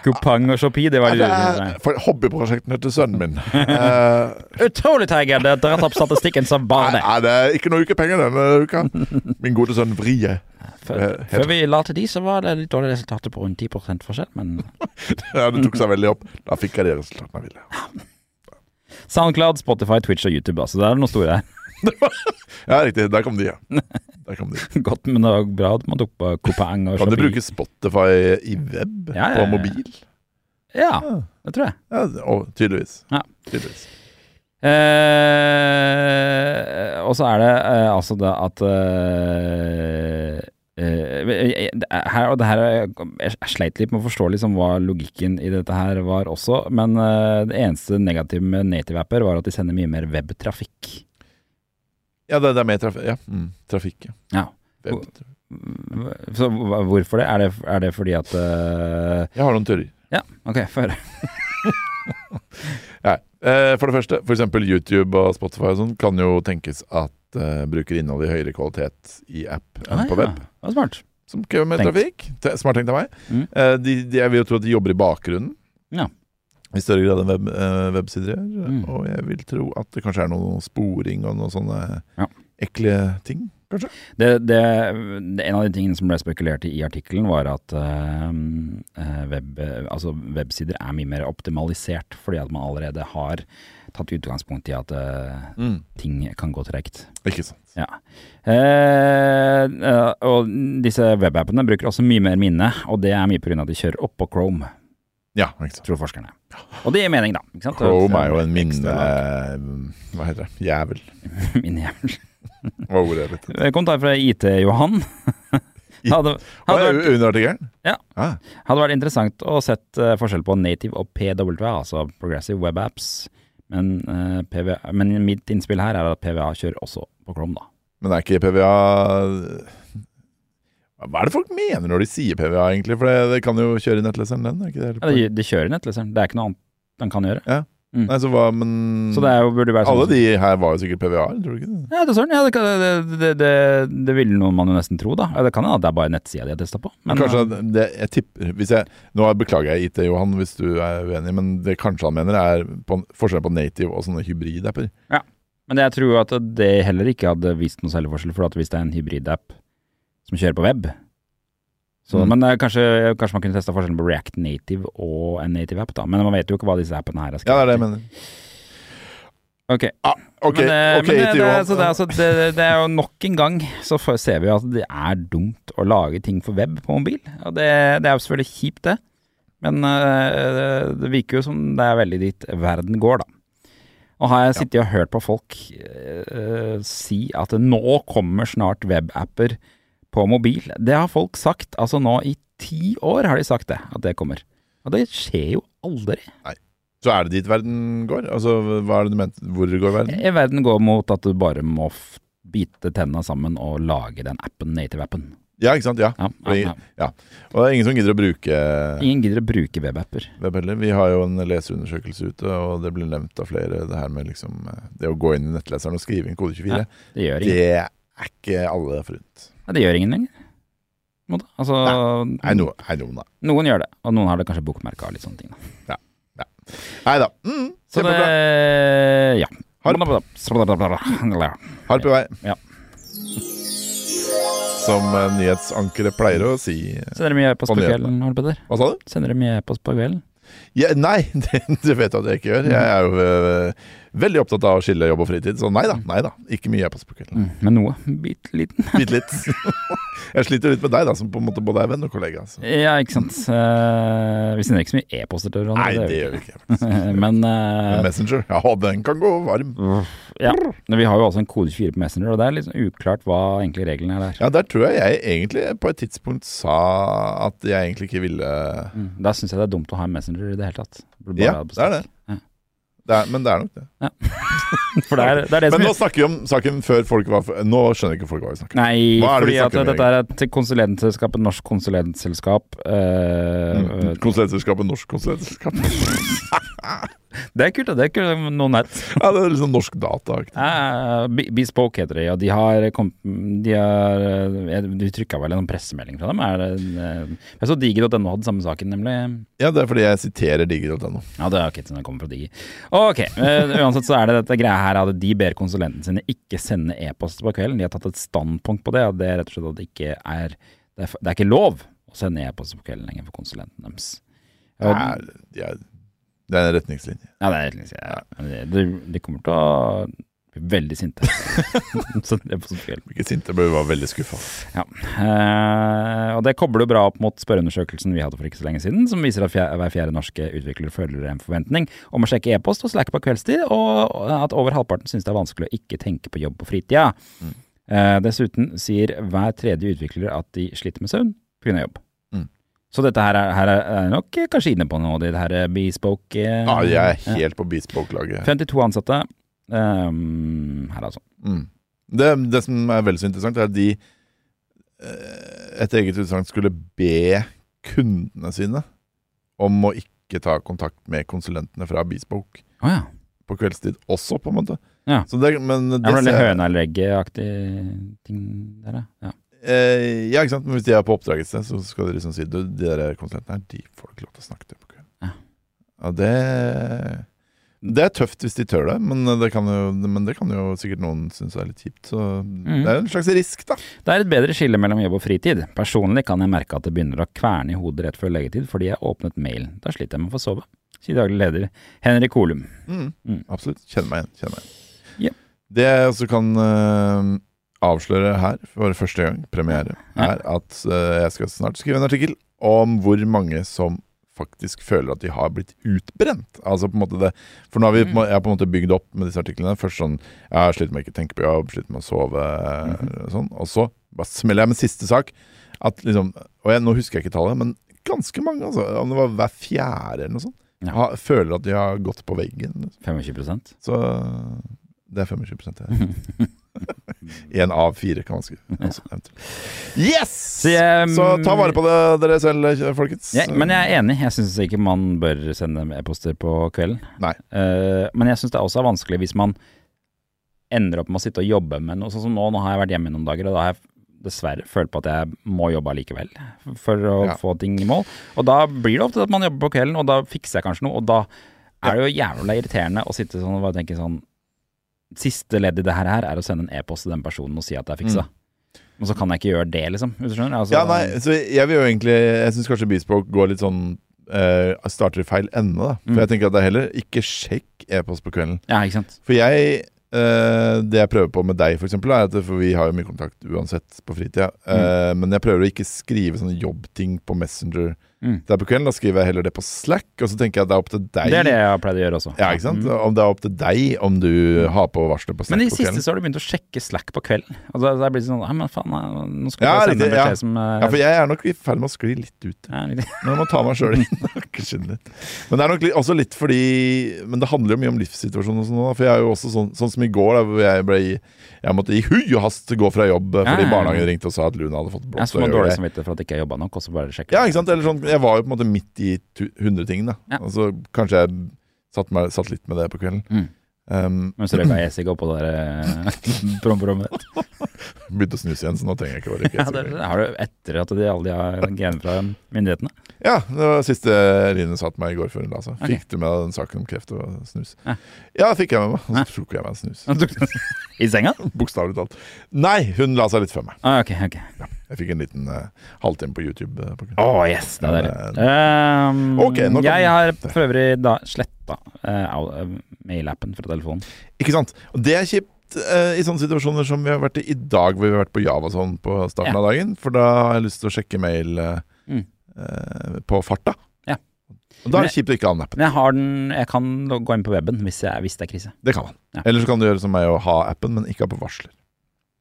Speaker 2: Kupang og Shopee, det var de
Speaker 1: Det
Speaker 2: røde.
Speaker 1: er for hobbyprosjektene til sønnen min. Eh,
Speaker 2: Utrolig, Tiger! Det drar opp statistikken som bare
Speaker 1: Nei,
Speaker 2: det.
Speaker 1: nei, det er ikke noe ukepenger denne uka. Min gode sønn Vrie. eh,
Speaker 2: Før,
Speaker 1: helt-
Speaker 2: før vi la til de, så var det litt dårlige resultater på rundt 10 forskjell, men
Speaker 1: Ja, det tok seg veldig opp. Da fikk jeg det resultatet jeg ville.
Speaker 2: SoundCloud, Spotify, Twitch og YouTube, altså. Det er noe store her.
Speaker 1: Ja, riktig. Der kom de, ja. Der kom de.
Speaker 2: Godt, men det var bra at man tok på Coupang og
Speaker 1: Kan du
Speaker 2: Shopee.
Speaker 1: bruke Spotify i web
Speaker 2: Ja, ja, ja.
Speaker 1: på mobil?
Speaker 2: Ja, det tror jeg.
Speaker 1: Ja, det- å, tydeligvis.
Speaker 2: Ja.
Speaker 1: tydeligvis.
Speaker 2: Eh, og så er det eh, altså det at eh, eh, det er- her, og det her, er- Jeg sleit litt med å forstå liksom hva logikken i dette her var også, men eh, det eneste negative med native-apper var at de sender mye mer webtrafikk.
Speaker 1: Ja, det, det er mer trafikk. Ja. Mm, trafikk, ja.
Speaker 2: Ja.
Speaker 1: Web.
Speaker 2: Så hva- hvorfor det? Er det, er det fordi at eh,
Speaker 1: Jeg har noen teorier.
Speaker 2: Ja, ok, få høre.
Speaker 1: Nei. Eh, For det første, for eksempel YouTube og Spotify og sånn kan jo tenkes at eh, bruker innhold i høyere kvalitet i app enn på web.
Speaker 2: Ah, Ja, det var smart.
Speaker 1: som køer med
Speaker 2: Tenkt.
Speaker 1: trafikk. Te- Smart tenkt av meg.
Speaker 2: Mm.
Speaker 1: Eh, de, de, jeg vil jo tro at de jobber i bakgrunnen.
Speaker 2: Ja.
Speaker 1: I større grad enn web, eh, websider gjør.
Speaker 2: Mm.
Speaker 1: Og jeg vil tro at det kanskje er noe sporing og noen sånne
Speaker 2: Ja.
Speaker 1: ekle ting.
Speaker 2: Det, det, det, en av de tingene som ble spekulert i i artikkelen, var at eh, eh, web, eh, altså websider er mye mer optimalisert, fordi at man allerede har tatt utgangspunkt i at eh,
Speaker 1: Mm.
Speaker 2: ting kan gå tregt.
Speaker 1: Ikke sant.
Speaker 2: Ja. Eh, eh, og disse webappene bruker også mye mer minne, og det er mye pga. at de kjører oppå Chrome,
Speaker 1: Ja, ikke sant.
Speaker 2: tror forskerne. Og det gir mening, da. Ikke sant?
Speaker 1: Chrome er jo en minne...
Speaker 2: Ekstra
Speaker 1: Hva heter det? Jævel.
Speaker 2: minnejævel.
Speaker 1: Hva ordet er dette?
Speaker 2: Kommentar fra IT-Johan. Hadde, hadde,
Speaker 1: Å, det er
Speaker 2: vært,
Speaker 1: jo under artikkelen?
Speaker 2: Ja.
Speaker 1: Ah,
Speaker 2: hadde vært interessant å sett eh, forskjell på native og PWA, altså Progressive Web Apps. Men, eh, PVA, men mitt innspill her er at PWA kjører også på Chrome, da.
Speaker 1: men er ikke PVA Hva er det folk mener når de sier PVA, egentlig? For det, det kan jo kjøre i nettleseren, den. Er ikke det? hele
Speaker 2: Ja, de, de kjører nettleseren. Det er ikke noe annet den kan gjøre.
Speaker 1: Nei, så hva, men
Speaker 2: Så det er jo, burde være sånn.
Speaker 1: Alle de her var jo sikkert PVA-er, tror du ikke det?
Speaker 2: Ja, det, er sånn, ja, det, kan- det, det, det, det ville noen man jo nesten tro, da. Ja, Det kan hende at det er bare nettsida de har testa på. Men, um,
Speaker 1: kanskje at det, jeg tipper hvis jeg, Nå beklager jeg IT, Johan, hvis du er uenig, men det kanskje han mener er på, forskjellen på native og sånne hybridapper.
Speaker 2: men jeg tror at det heller ikke hadde vist noe særlig forskjell, for at hvis det er en hybridapp som kjører på web så,
Speaker 1: Mm.
Speaker 2: Men eh, kanskje, kanskje man kunne testa forskjellen på React Native og en native app, da. Men man vet jo ikke hva disse appene her er
Speaker 1: Ja, det er det
Speaker 2: til.
Speaker 1: jeg mener.
Speaker 2: Ok.
Speaker 1: Ah, OK,
Speaker 2: Men, eh, men det,
Speaker 1: ok, til
Speaker 2: det, er-
Speaker 1: Johan.
Speaker 2: altså, det, er- altså, det, det er jo nok en gang så får- ser vi jo at det er dumt å lage ting for web på mobil. Og det, det er jo selvfølgelig kjipt, det. Men eh, det virker jo som det er veldig dit verden går, da. Og har jeg sittet og hørt på folk eh, si at nå kommer snart webapper på mobil. Det har folk sagt, altså nå i ti år har de sagt det, at det kommer. Og det skjer jo aldri.
Speaker 1: Så er det dit verden går? Altså, hva er det du mente? Hvor går verden?
Speaker 2: Eh, Verden går mot at du bare må f- bite tenna sammen og lage den appen, native-appen.
Speaker 1: Ja, ikke sant? Ja.
Speaker 2: Ja, ja,
Speaker 1: Og,
Speaker 2: ja.
Speaker 1: ingen, ja. og det er ingen som gidder å bruke
Speaker 2: Ingen gidder å bruke webapper.
Speaker 1: web heller. Vi har jo en leserundersøkelse ute, og det blir nevnt av flere, det her med liksom eh, Det å gå inn i nettleseren og skrive inn kode 24.
Speaker 2: Ja. Det gjør ingen,
Speaker 1: Det er ikke alle forunt.
Speaker 2: Nei, det gjør ingen lenger. På en måte. Altså,
Speaker 1: Nei, no, nei, noen, da.
Speaker 2: noen gjør det, og noen har det kanskje bokmerka og litt sånne ting. Da.
Speaker 1: Nei da. Mm,
Speaker 2: Så det
Speaker 1: Kjempebra.
Speaker 2: Ja.
Speaker 1: Harp.
Speaker 2: Blablabla.
Speaker 1: Harp i vei.
Speaker 2: Ja.
Speaker 1: Som eh, nyhetsankere pleier å si.
Speaker 2: Sender du mye e-post på
Speaker 1: Sånn gjør
Speaker 2: kvelden, Ole Petter?
Speaker 1: Hva sa du?
Speaker 2: Sender du mye e-post på kvelden?
Speaker 1: Ja, nei, det, det vet jeg at jeg ikke gjør. Jeg er jo eh, veldig opptatt av å skille jobb og fritid, så nei da. nei da Ikke mye jeg passer på kvelden.
Speaker 2: Mm, men noe. Bitte liten.
Speaker 1: Bitte litt. jeg sliter litt med deg, da, som på en måte både er venn og kollega. Så.
Speaker 2: Ja, ikke sant. Eh, vi sender ikke så mye e-poster til
Speaker 1: Nei,
Speaker 2: hverandre.
Speaker 1: det
Speaker 2: det
Speaker 1: gjør vi ikke.
Speaker 2: gjør vi ikke. Men eh,
Speaker 1: Messenger, ja, den kan gå varm.
Speaker 2: Ja, men vi har jo altså en kode 24 på Messenger, og det er litt sånn uklart hva egentlig reglene er der.
Speaker 1: Ja, der tror jeg jeg egentlig på et tidspunkt sa at jeg egentlig ikke ville
Speaker 2: Mm. Da syns jeg det er dumt å ha en Messenger i det hele tatt. Bare
Speaker 1: Ja,
Speaker 2: ha på
Speaker 1: det er det.
Speaker 2: Ja.
Speaker 1: det er, men det er nok det.
Speaker 2: stakk. For det er det, er det
Speaker 1: Men
Speaker 2: som
Speaker 1: nå snakker vi om saken før folk var Nå skjønner ikke folk hva vi snakker om.
Speaker 2: Nei,
Speaker 1: Hva er det
Speaker 2: fordi
Speaker 1: vi
Speaker 2: at
Speaker 1: snakker om
Speaker 2: dette er et konsulentselskap, et norsk konsulentselskap. eh,
Speaker 1: Mm. Konsulentselskapet Norsk Konsulentselskap.
Speaker 2: eh, Det er kult, da, det er kult. Noe nett.
Speaker 1: Ja, det er liksom norsk data. ikke sant?
Speaker 2: Eh, Be- Bespoke heter det, og de har kommet De har eh, De trykka vel en pressemelding fra dem? Er det en, eh, jeg så digi.no hadde samme saken, nemlig.
Speaker 1: Ja, det er fordi jeg siterer digger.no.
Speaker 2: Ja, det er ikke sånn det kommer fra Digi. Ok, eh, uansett så er det dette greia her at de ber konsulentene sine ikke sende e-post på kvelden. De har tatt et standpunkt på det, og det er rett og slett at det ikke er Det er, det er ikke lov å sende e-post på kvelden lenger for konsulenten deres. Og,
Speaker 1: Nei, de er- Det er en retningslinje.
Speaker 2: ja, det er helt riktig. Ja, men det- det- De kommer til å bli veldig sinte. Sende e-post på kvelden.
Speaker 1: Jeg Blir ikke sint, jeg ble- var veldig skuffa.
Speaker 2: Ja. Eh, og det kobler jo bra opp mot spørreundersøkelsen vi hadde for ikke så lenge siden, som viser at fjer- hver fjerde norske utvikler føler en forventning om å sjekke e-post og slacke på kveldstid, og at over halvparten syns det er vanskelig å ikke tenke på jobb på fritida.
Speaker 1: Mm.
Speaker 2: Eh, dessuten sier hver tredje utvikler at de sliter med søvn pga. jobb.
Speaker 1: Mm.
Speaker 2: Så dette her er, her er nok kanskje inne på noe, det her eh, bespoke eh,
Speaker 1: Ja, jeg er
Speaker 2: ja.
Speaker 1: helt på Beatspoke-laget.
Speaker 2: 52 ansatte eh, her, altså.
Speaker 1: Mm. Det, det som er vel så interessant, er at de eh, etter eget utsagn skulle be kundene sine om å ikke ta kontakt med konsulentene fra Beatspoke
Speaker 2: Å ja.
Speaker 1: på kveldstid også, på en måte.
Speaker 2: Ja.
Speaker 1: Så det, men det
Speaker 2: Det er vel
Speaker 1: ser-
Speaker 2: høna eller egget-aktig ting der, ja.
Speaker 1: Eh, ja, ikke sant? Men hvis de er på oppdrag et sted, så skal de liksom si Du, de der konsulentene her, de får ikke lov til å snakke til på kvelden.
Speaker 2: Ja.
Speaker 1: Ja, det Det er tøft hvis de tør det, men det kan jo, men det kan jo sikkert noen synes er litt kjipt. Så
Speaker 2: Mm.
Speaker 1: det er en slags risk, da.
Speaker 2: Det er et bedre skille mellom jobb og fritid. Personlig kan jeg merke at det begynner å kverne i hodet rett før leggetid fordi jeg åpnet mailen. Da sliter jeg med å få sove, sier daglig leder Henrik Holum.
Speaker 1: Mm.
Speaker 2: Mm.
Speaker 1: Absolutt. Kjenner meg igjen. Kjenner meg igjen.
Speaker 2: Ja.
Speaker 1: Det jeg også kan eh, avsløre her for første gang, premiere,
Speaker 2: Ja.
Speaker 1: er at eh, jeg skal snart skrive en artikkel om hvor mange som faktisk føler at de har blitt utbrent. Altså på en måte det For
Speaker 2: Mm.
Speaker 1: nå har vi, på en må- jeg har på en måte bygd opp med disse artiklene. Først sånn Jeg har slitt med å ikke tenke på jobb, slitt med å sove
Speaker 2: Mhm.
Speaker 1: og sånn. Og så bare smeller jeg med siste sak. At liksom Og jeg, nå husker jeg ikke tallet, men ganske mange, altså. Om det var hver fjerde eller noe sånt.
Speaker 2: Ja.
Speaker 1: Har, føler at de har gått på veggen. Liksom.
Speaker 2: 25
Speaker 1: Så det er 25 her. Én av fire, kan man skrive. Altså, eventuelt. Yes! Så,
Speaker 2: jeg- mm,
Speaker 1: ta vare på det dere selv, folkens.
Speaker 2: Ja, men jeg er enig, jeg syns ikke man bør sende e-poster på kvelden.
Speaker 1: Nei.
Speaker 2: Eh, men jeg syns det også er vanskelig hvis man ender opp med å sitte og jobbe med noe. Sånn som nå, nå har jeg vært hjemme i noen dager, og da har jeg dessverre følt på at jeg må jobbe allikevel for å
Speaker 1: Ja.
Speaker 2: få ting i mål. Og da blir det ofte at man jobber på kvelden, og da fikser jeg kanskje noe, og da er det jo jævla irriterende å sitte sånn og bare tenke sånn Siste ledd i det her er å sende en e-post til den personen og si at det er fiksa.
Speaker 1: Mm.
Speaker 2: Men så kan jeg ikke gjøre det, liksom. Hvis du skjønner? Altså,
Speaker 1: Ja, nei, så jeg vil jo egentlig Jeg syns kanskje Bespoke går litt sånn eh, starter i feil ende. Da. For
Speaker 2: Mm.
Speaker 1: jeg tenker at det er heller ikke sjekk e-post på kvelden.
Speaker 2: Ja, ikke sant?
Speaker 1: For jeg eh, Det jeg prøver på med deg, for eksempel, er at For vi har jo mye kontakt uansett på fritida.
Speaker 2: Mm.
Speaker 1: eh, Men jeg prøver å ikke skrive sånne jobbting på Messenger
Speaker 2: Mm.
Speaker 1: der på kvelden. Da skriver jeg heller det på Slack, og så tenker jeg at det er opp til deg.
Speaker 2: Det er det jeg har pleid å gjøre også.
Speaker 1: Ja, ikke sant?
Speaker 2: Mm.
Speaker 1: Om det er opp til deg om du har på varselet på Slack
Speaker 2: Men i
Speaker 1: på
Speaker 2: siste
Speaker 1: kvelden.
Speaker 2: så har du begynt å sjekke Slack på kvelden. Og da, da blir det sånn Nei, men faen, nei, nå skal
Speaker 1: Ja,
Speaker 2: jeg sende en
Speaker 1: riktig, ja.
Speaker 2: beskjed som eh,
Speaker 1: Ja, for jeg er nok i ferd med å skli litt ut.
Speaker 2: ja, riktig.
Speaker 1: Men jeg må ta meg sjøl inn. Nakkeskinnet litt. Men det er nok litt, også litt fordi Men det handler jo mye om livssituasjonen og sånn. da, For jeg er jo også sånn, sånn som i går, da, hvor jeg ble i- Jeg måtte i hui og hast gå fra jobb eh,
Speaker 2: Ja, ja,
Speaker 1: fordi
Speaker 2: ja.
Speaker 1: barnehagen ringte og sa at Luna hadde fått blått
Speaker 2: Jeg får
Speaker 1: øye, og
Speaker 2: dårlig
Speaker 1: jeg-
Speaker 2: samvittighet for at jeg ikke jobba nok, og så bare sjekker
Speaker 1: Ja, ikke sant? Eller sånn, jeg var jo på en måte midt i tu- 100 ting, da.
Speaker 2: Ja.
Speaker 1: Og så kanskje jeg satt, meg, satt litt med det på kvelden.
Speaker 2: Mm.
Speaker 1: Um,
Speaker 2: Men så røyka jeg essig oppå det der eh, promperommet ditt.
Speaker 1: begynte å snuse igjen, så nå trenger jeg ikke å røyke.
Speaker 2: Ja, det har du etter at de alle de har gener fra myndighetene.
Speaker 1: Ja, det var det siste Line sa til meg i går før hun la seg. Fikk du med deg den saken om kreft og snus?
Speaker 2: Ja.
Speaker 1: Ja, fikk jeg med meg. Og
Speaker 2: Ja.
Speaker 1: så tok jeg meg en snus.
Speaker 2: I senga?
Speaker 1: Bokstavelig talt. Nei, hun la seg litt før meg.
Speaker 2: Ah, ok, ok.
Speaker 1: Jeg fikk en liten eh, halvtime på YouTube. eh, på grunn av-
Speaker 2: Å, yes! Det er det. Um,
Speaker 1: Ok, nå kan-
Speaker 2: jeg har for øvrig da sletta eh, mailappen fra telefonen.
Speaker 1: Ikke sant? Og det er kjipt eh, i sånne situasjoner som vi har vært i i dag, hvor vi har vært på Java og sånn på starten
Speaker 2: Ja.
Speaker 1: av dagen. For da har jeg lyst til å sjekke mail eh,
Speaker 2: Mm.
Speaker 1: eh, på farta.
Speaker 2: Ja.
Speaker 1: Og da er det kjipt å ikke ha den appen.
Speaker 2: Men jeg har den Jeg kan gå inn på weben hvis, jeg, hvis det er krise.
Speaker 1: Det kan man.
Speaker 2: Ja.
Speaker 1: Eller så kan du gjøre som meg og ha appen, men ikke ha på varsler.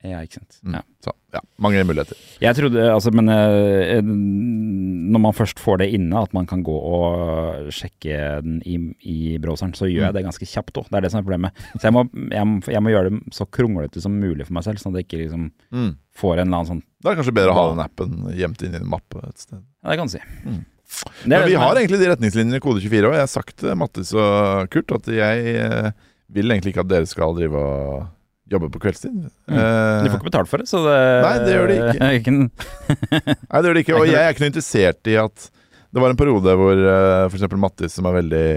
Speaker 2: Ja, ikke sant.
Speaker 1: Mm.
Speaker 2: Ja.
Speaker 1: Så ja, mange muligheter.
Speaker 2: Jeg trodde, altså, men eh, når man først får det inne, at man kan gå og sjekke den i, i browseren, så gjør
Speaker 1: Mm.
Speaker 2: jeg det ganske kjapt òg. Det er det som er problemet. Så jeg må, jeg, må- jeg må gjøre det så kronglete som mulig for meg selv, sånn at jeg ikke liksom
Speaker 1: Mm.
Speaker 2: får en eller annen sånn
Speaker 1: Da er det kanskje bedre å ha den appen gjemt inn i en mappe et sted.
Speaker 2: Ja, det kan du si.
Speaker 1: Mm.
Speaker 2: Det er
Speaker 1: Men
Speaker 2: det
Speaker 1: vi
Speaker 2: som
Speaker 1: har
Speaker 2: er-
Speaker 1: egentlig de retningslinjene i kode 24 òg. Jeg har sagt til Mattis og Kurt at jeg eh, vil egentlig ikke at dere skal drive og jobbe på kveldstid.
Speaker 2: Mm. De får
Speaker 1: Eh,
Speaker 2: ikke betalt for det, så det
Speaker 1: Nei, det gjør de ikke.
Speaker 2: er en-
Speaker 1: nei, det gjør de ikke. Og jeg er ikke noe interessert i at det var en periode hvor eh, for eksempel Mattis, som er veldig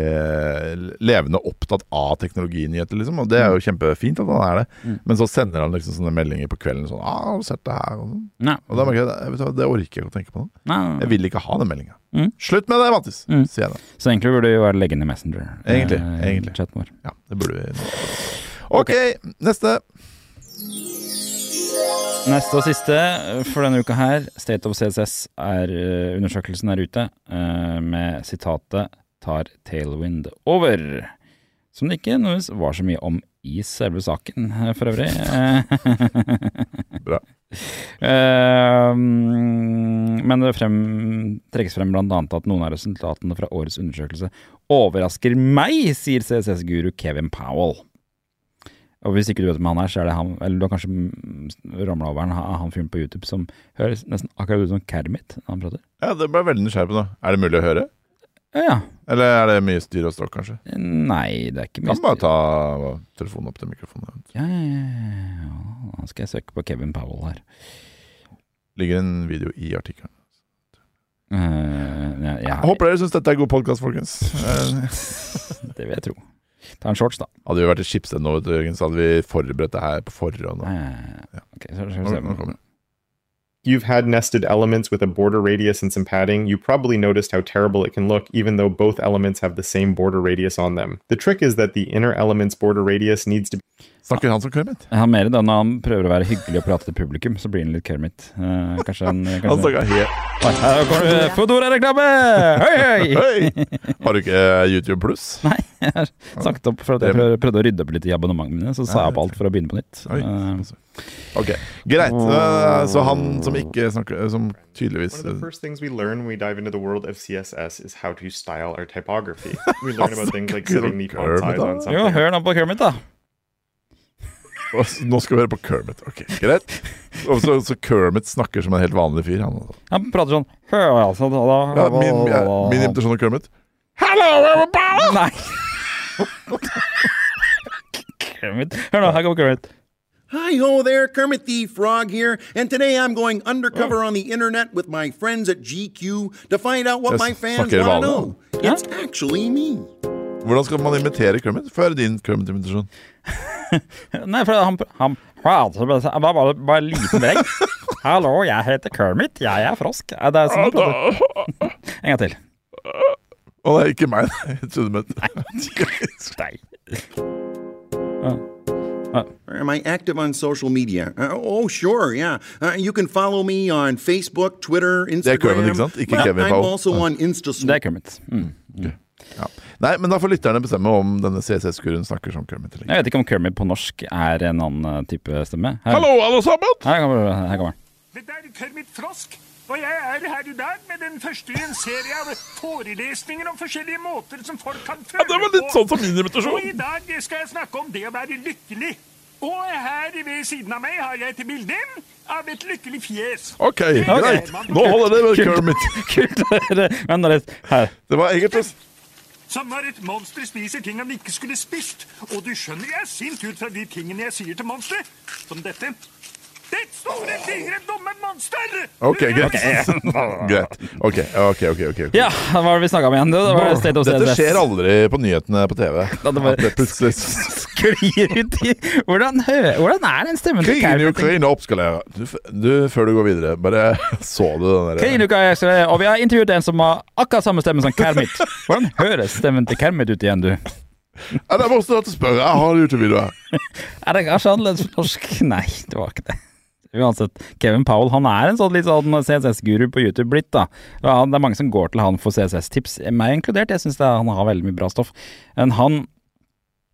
Speaker 1: eh, levende opptatt av teknologinyheter, liksom, og det er jo kjempefint at han er det,
Speaker 2: Mm.
Speaker 1: men så sender han liksom sånne meldinger på kvelden sånn ah, 'Har du sett det her?' og sånn.
Speaker 2: Nei.
Speaker 1: Og da merker jeg at vet du hva, det orker jeg ikke å tenke på nå.
Speaker 2: Nei.
Speaker 1: Jeg vil ikke ha den meldinga.
Speaker 2: Mm.
Speaker 1: Slutt med det, Mattis,
Speaker 2: Mm.
Speaker 1: sier jeg da.
Speaker 2: Så egentlig burde det jo være legge ned Messenger.
Speaker 1: Egentlig,
Speaker 2: eh,
Speaker 1: egentlig.
Speaker 2: chatten vår.
Speaker 1: Ja, det burde vi Ok, neste.
Speaker 2: Neste og siste eh, for denne uka her, State of CSS, er eh, undersøkelsen der ute eh, med sitatet 'Tar Tailwind over'. Som det ikke nødvendigvis var så mye om i selve saken eh, for øvrig. Eh,
Speaker 1: Bra.
Speaker 2: Eh, Men det frem, trekkes frem bl.a. at noen av resultatene fra årets undersøkelse overrasker meg, sier CSS-guru Kevin Powell. Og hvis ikke du vet hvem han er, så er det han Eller du har kanskje ramla over han, han fyren på YouTube som høres nesten akkurat ut som Kermit når han prater.
Speaker 1: Ja, det ble jeg veldig nysgjerrig på nå. Er det mulig å høre?
Speaker 2: Ja, ja.
Speaker 1: Eller er det mye styr og stråk, kanskje?
Speaker 2: Nei, det er ikke mye
Speaker 1: Kan bare
Speaker 2: styr.
Speaker 1: ta telefonen opp til mikrofonen.
Speaker 2: Ja, ja, ja, ja. Nå skal jeg søke på Kevin Powell her.
Speaker 1: Ligger en video i artikkelen.
Speaker 2: Eh, ja, ja,
Speaker 1: Jeg Håper dere syns dette er god podkast, folkens. Eh,
Speaker 2: Det vil jeg tro. Ta en shorts, da.
Speaker 1: Hadde vi vært i Schibsted nå, vet du, Jørgen, så hadde vi forberedt det her på forhånd.
Speaker 2: Ja, ja, ja. Ok, så skal vi
Speaker 1: Nå, nå
Speaker 2: se.
Speaker 1: kommer det.
Speaker 5: you've had nested elements with a border radius and some padding, you probably noticed how terrible it can look, even though both elements have the same border radius on them. The trick is that the inner element's border radius needs to be
Speaker 1: Snakker han som Kermit?
Speaker 2: Jeg har mer i det når han prøver å være hyggelig og prate til publikum, så blir han litt Kermit. Eh, kanskje han kanskje...
Speaker 1: Han snakker helt
Speaker 2: Oi, Her kommer det Fodora-reklame! Høy, høy!
Speaker 1: Hei! Har du ikke eh, YouTube pluss?
Speaker 2: Nei, jeg har sagt opp for at jeg prøv- prøvde å rydde opp litt i abonnementene mine, så sa jeg opp alt for å begynne på nytt.
Speaker 1: Oi.
Speaker 2: Eh,
Speaker 1: Ok, greit.
Speaker 2: Mm.
Speaker 1: Eh, Så han som ikke snakker eh, Som tydeligvis
Speaker 5: One of the first things we learn when we dive into the world of CSS is how to style our typography. We learn about things like setting the font size on
Speaker 2: jo,
Speaker 5: something.
Speaker 2: hør nå på Kermit, da.
Speaker 1: eh, Nå skal vi høre på Kermit. Ok, greit. Og så, så Kermit snakker som en helt vanlig fyr. Han, altså.
Speaker 2: Han prater sånn Høy, altså, da, da,
Speaker 1: ja, min, ja, min imitasjon av Kermit. Hello, everybody!
Speaker 2: Nei. Kermit. Hør nå, her kommer Kermit.
Speaker 6: Hi ho there, Kermit the Frog here, and today I'm going
Speaker 1: Oh.
Speaker 6: undercover on the internet with my friends at GQ to find out what
Speaker 1: Yes,
Speaker 6: my fans
Speaker 1: fucking
Speaker 6: want to
Speaker 1: Valdo.
Speaker 6: know. It's actually me.
Speaker 1: Hvordan skal man imitere Kermit? Få høre din Kermit-imitasjon.
Speaker 2: Nei, for han, han prater med seg Bare, bare, bare en liten vegg. Hallo, jeg heter Kermit. Jeg er frosk. Ja, Det er sånn han prater. En gang til.
Speaker 1: Å nei, ikke meg. nei. Jeg trodde du mente
Speaker 2: Nei.
Speaker 6: Am I active on social media? Uh, oh, sure, yeah. Uh, you can follow me on Facebook, Twitter,
Speaker 1: er Kermit,
Speaker 6: Instagram.
Speaker 1: ikke sant? Ikke
Speaker 6: Well,
Speaker 1: Kevin
Speaker 6: I'm
Speaker 1: Powell.
Speaker 6: also on Insta.
Speaker 2: Det er Kermit. Mm.
Speaker 1: ja. Nei, men da får lytterne bestemme om denne CSS-guruen snakker som Kermit eller ikke.
Speaker 2: Jeg vet ikke om Kermit på norsk er en annen eh, type stemme. Her,
Speaker 1: Hallo, alle sammen!
Speaker 2: Her kommer, her kommer han.
Speaker 7: Dette er Kermit Frosk, og jeg er her i dag med den første i en serie av forelesninger om forskjellige måter som folk kan føle på.
Speaker 1: det var litt sånn som min invitasjon.
Speaker 7: Og i dag skal jeg snakke om det å være lykkelig. Og her ved siden av meg har jeg et bilde av et lykkelig fjes.
Speaker 1: Ok, greit. Nå holder det med Kermit.
Speaker 2: Kult å høre. Vent nå litt. Her.
Speaker 1: Det var egentlig
Speaker 7: Som når et monster spiser ting han ikke skulle spist. Og du skjønner jeg er sint ut fra de tingene jeg sier til monsteret, som dette. Ditt store, digre, dumme monster!
Speaker 1: Ok, greit.
Speaker 7: liksom
Speaker 1: greit. Ok, ok, ok. ok, ok.
Speaker 2: Ja, hva var det vi snakka om igjen? Det var State of
Speaker 1: Dette
Speaker 2: CSS.
Speaker 1: skjer aldri på nyhetene på TV.
Speaker 2: Ja, det bare-
Speaker 1: At det plutselig
Speaker 2: Sklir ut i Hvordan, hø- hvordan er den stemmen til
Speaker 1: Krigen i
Speaker 2: Kermit?
Speaker 1: Ukraina oppskalerer. Du, f- du, før du går videre, bare så du den der
Speaker 2: Krigen i Ukraina, så- eh, Og vi har intervjuet en som har akkurat samme stemme som Kermit. Hvordan høres stemmen til Kermit ut igjen, du?
Speaker 1: Ja, det er bare å spørre. Jeg har YouTube-video her.
Speaker 2: Er det kanskje annerledes på norsk? Nei, det var ikke det. Uansett, Kevin Powell han er en sånn litt sånn CSS-guru på YouTube blitt, da. Ja, han- Det er mange som går til han for CSS-tips, meg inkludert. Jeg syns han har veldig mye bra stoff. Men han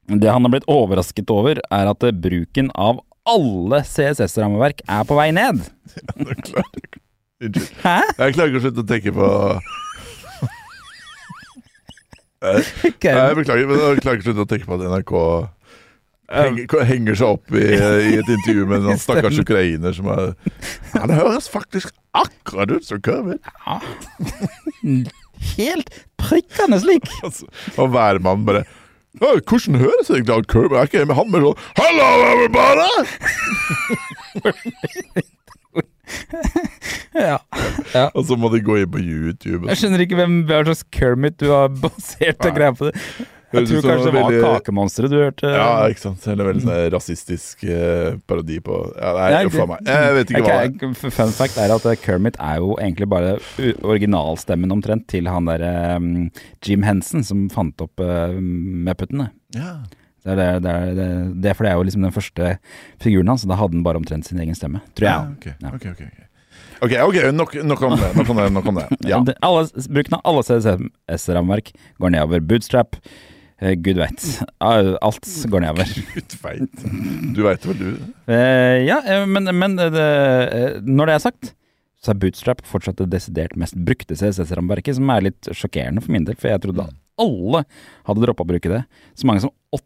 Speaker 2: Det han har blitt overrasket over, er at eh, bruken av alle CSS-rammeverk er på vei ned.
Speaker 1: Jeg klarer ikke- Unnskyld.
Speaker 2: Hæ?
Speaker 1: Jeg klarer ikke å slutte å tenke på Nei, Jeg
Speaker 2: Kevin,
Speaker 1: beklager, men jeg klarer ikke å slutte å tenke på at NRK henger, henger seg opp i, i et intervju med en sånn stakkars ukrainer som er Ja, det høres faktisk akkurat ut som Kermit.
Speaker 2: helt prikkende slik!
Speaker 1: Altså, og værmannen bare «Å, hvordan høres egentlig han Kirby? Er ikke jeg med han med sånn Hello, everybody!
Speaker 2: Ja. ja.
Speaker 1: Og så må de gå inn på YouTube. sånn.
Speaker 2: Jeg skjønner ikke hvem hva slags Kermit du har basert og greia på det. Jeg
Speaker 1: Høres ut
Speaker 2: tror
Speaker 1: som
Speaker 2: kanskje det
Speaker 1: en
Speaker 2: var
Speaker 1: veldig-
Speaker 2: Kakemonsteret du hørte.
Speaker 1: Ja, ikke sant. Eller veldig sånn rasistisk eh, parodi på ja, Nei,
Speaker 2: Nei,
Speaker 1: for meg. Jeg vet ikke hva det er.
Speaker 2: Ok, Fun fact er at eh, Kermit er jo egentlig bare u- originalstemmen omtrent til han derre Jim Henson som fant opp uh, Muppetene.
Speaker 1: Ja.
Speaker 2: Det er, det, er- det, er, det, er, det er for det er jo liksom den første figuren hans, og da hadde han bare omtrent sin egen stemme, tror
Speaker 1: Ja,
Speaker 2: jeg.
Speaker 1: ok, ok, ok, ok. Ok, ok, nok, nok om det. Nok om det, nok om det. Ja.
Speaker 2: Det- Alle, bruken av alle CSS-rammeverk går nedover. Bootstrap, eh, gud veit. Alt går nedover.
Speaker 1: Gud veit. Du veit vel, du.
Speaker 2: Eh, ja, eh, men, men eh, det, eh, når det er sagt, så er bootstrap fortsatt det desidert mest brukte CSS-rammeverket, som er litt sjokkerende for min del, for jeg trodde alle hadde droppa å bruke det. Så mange som 80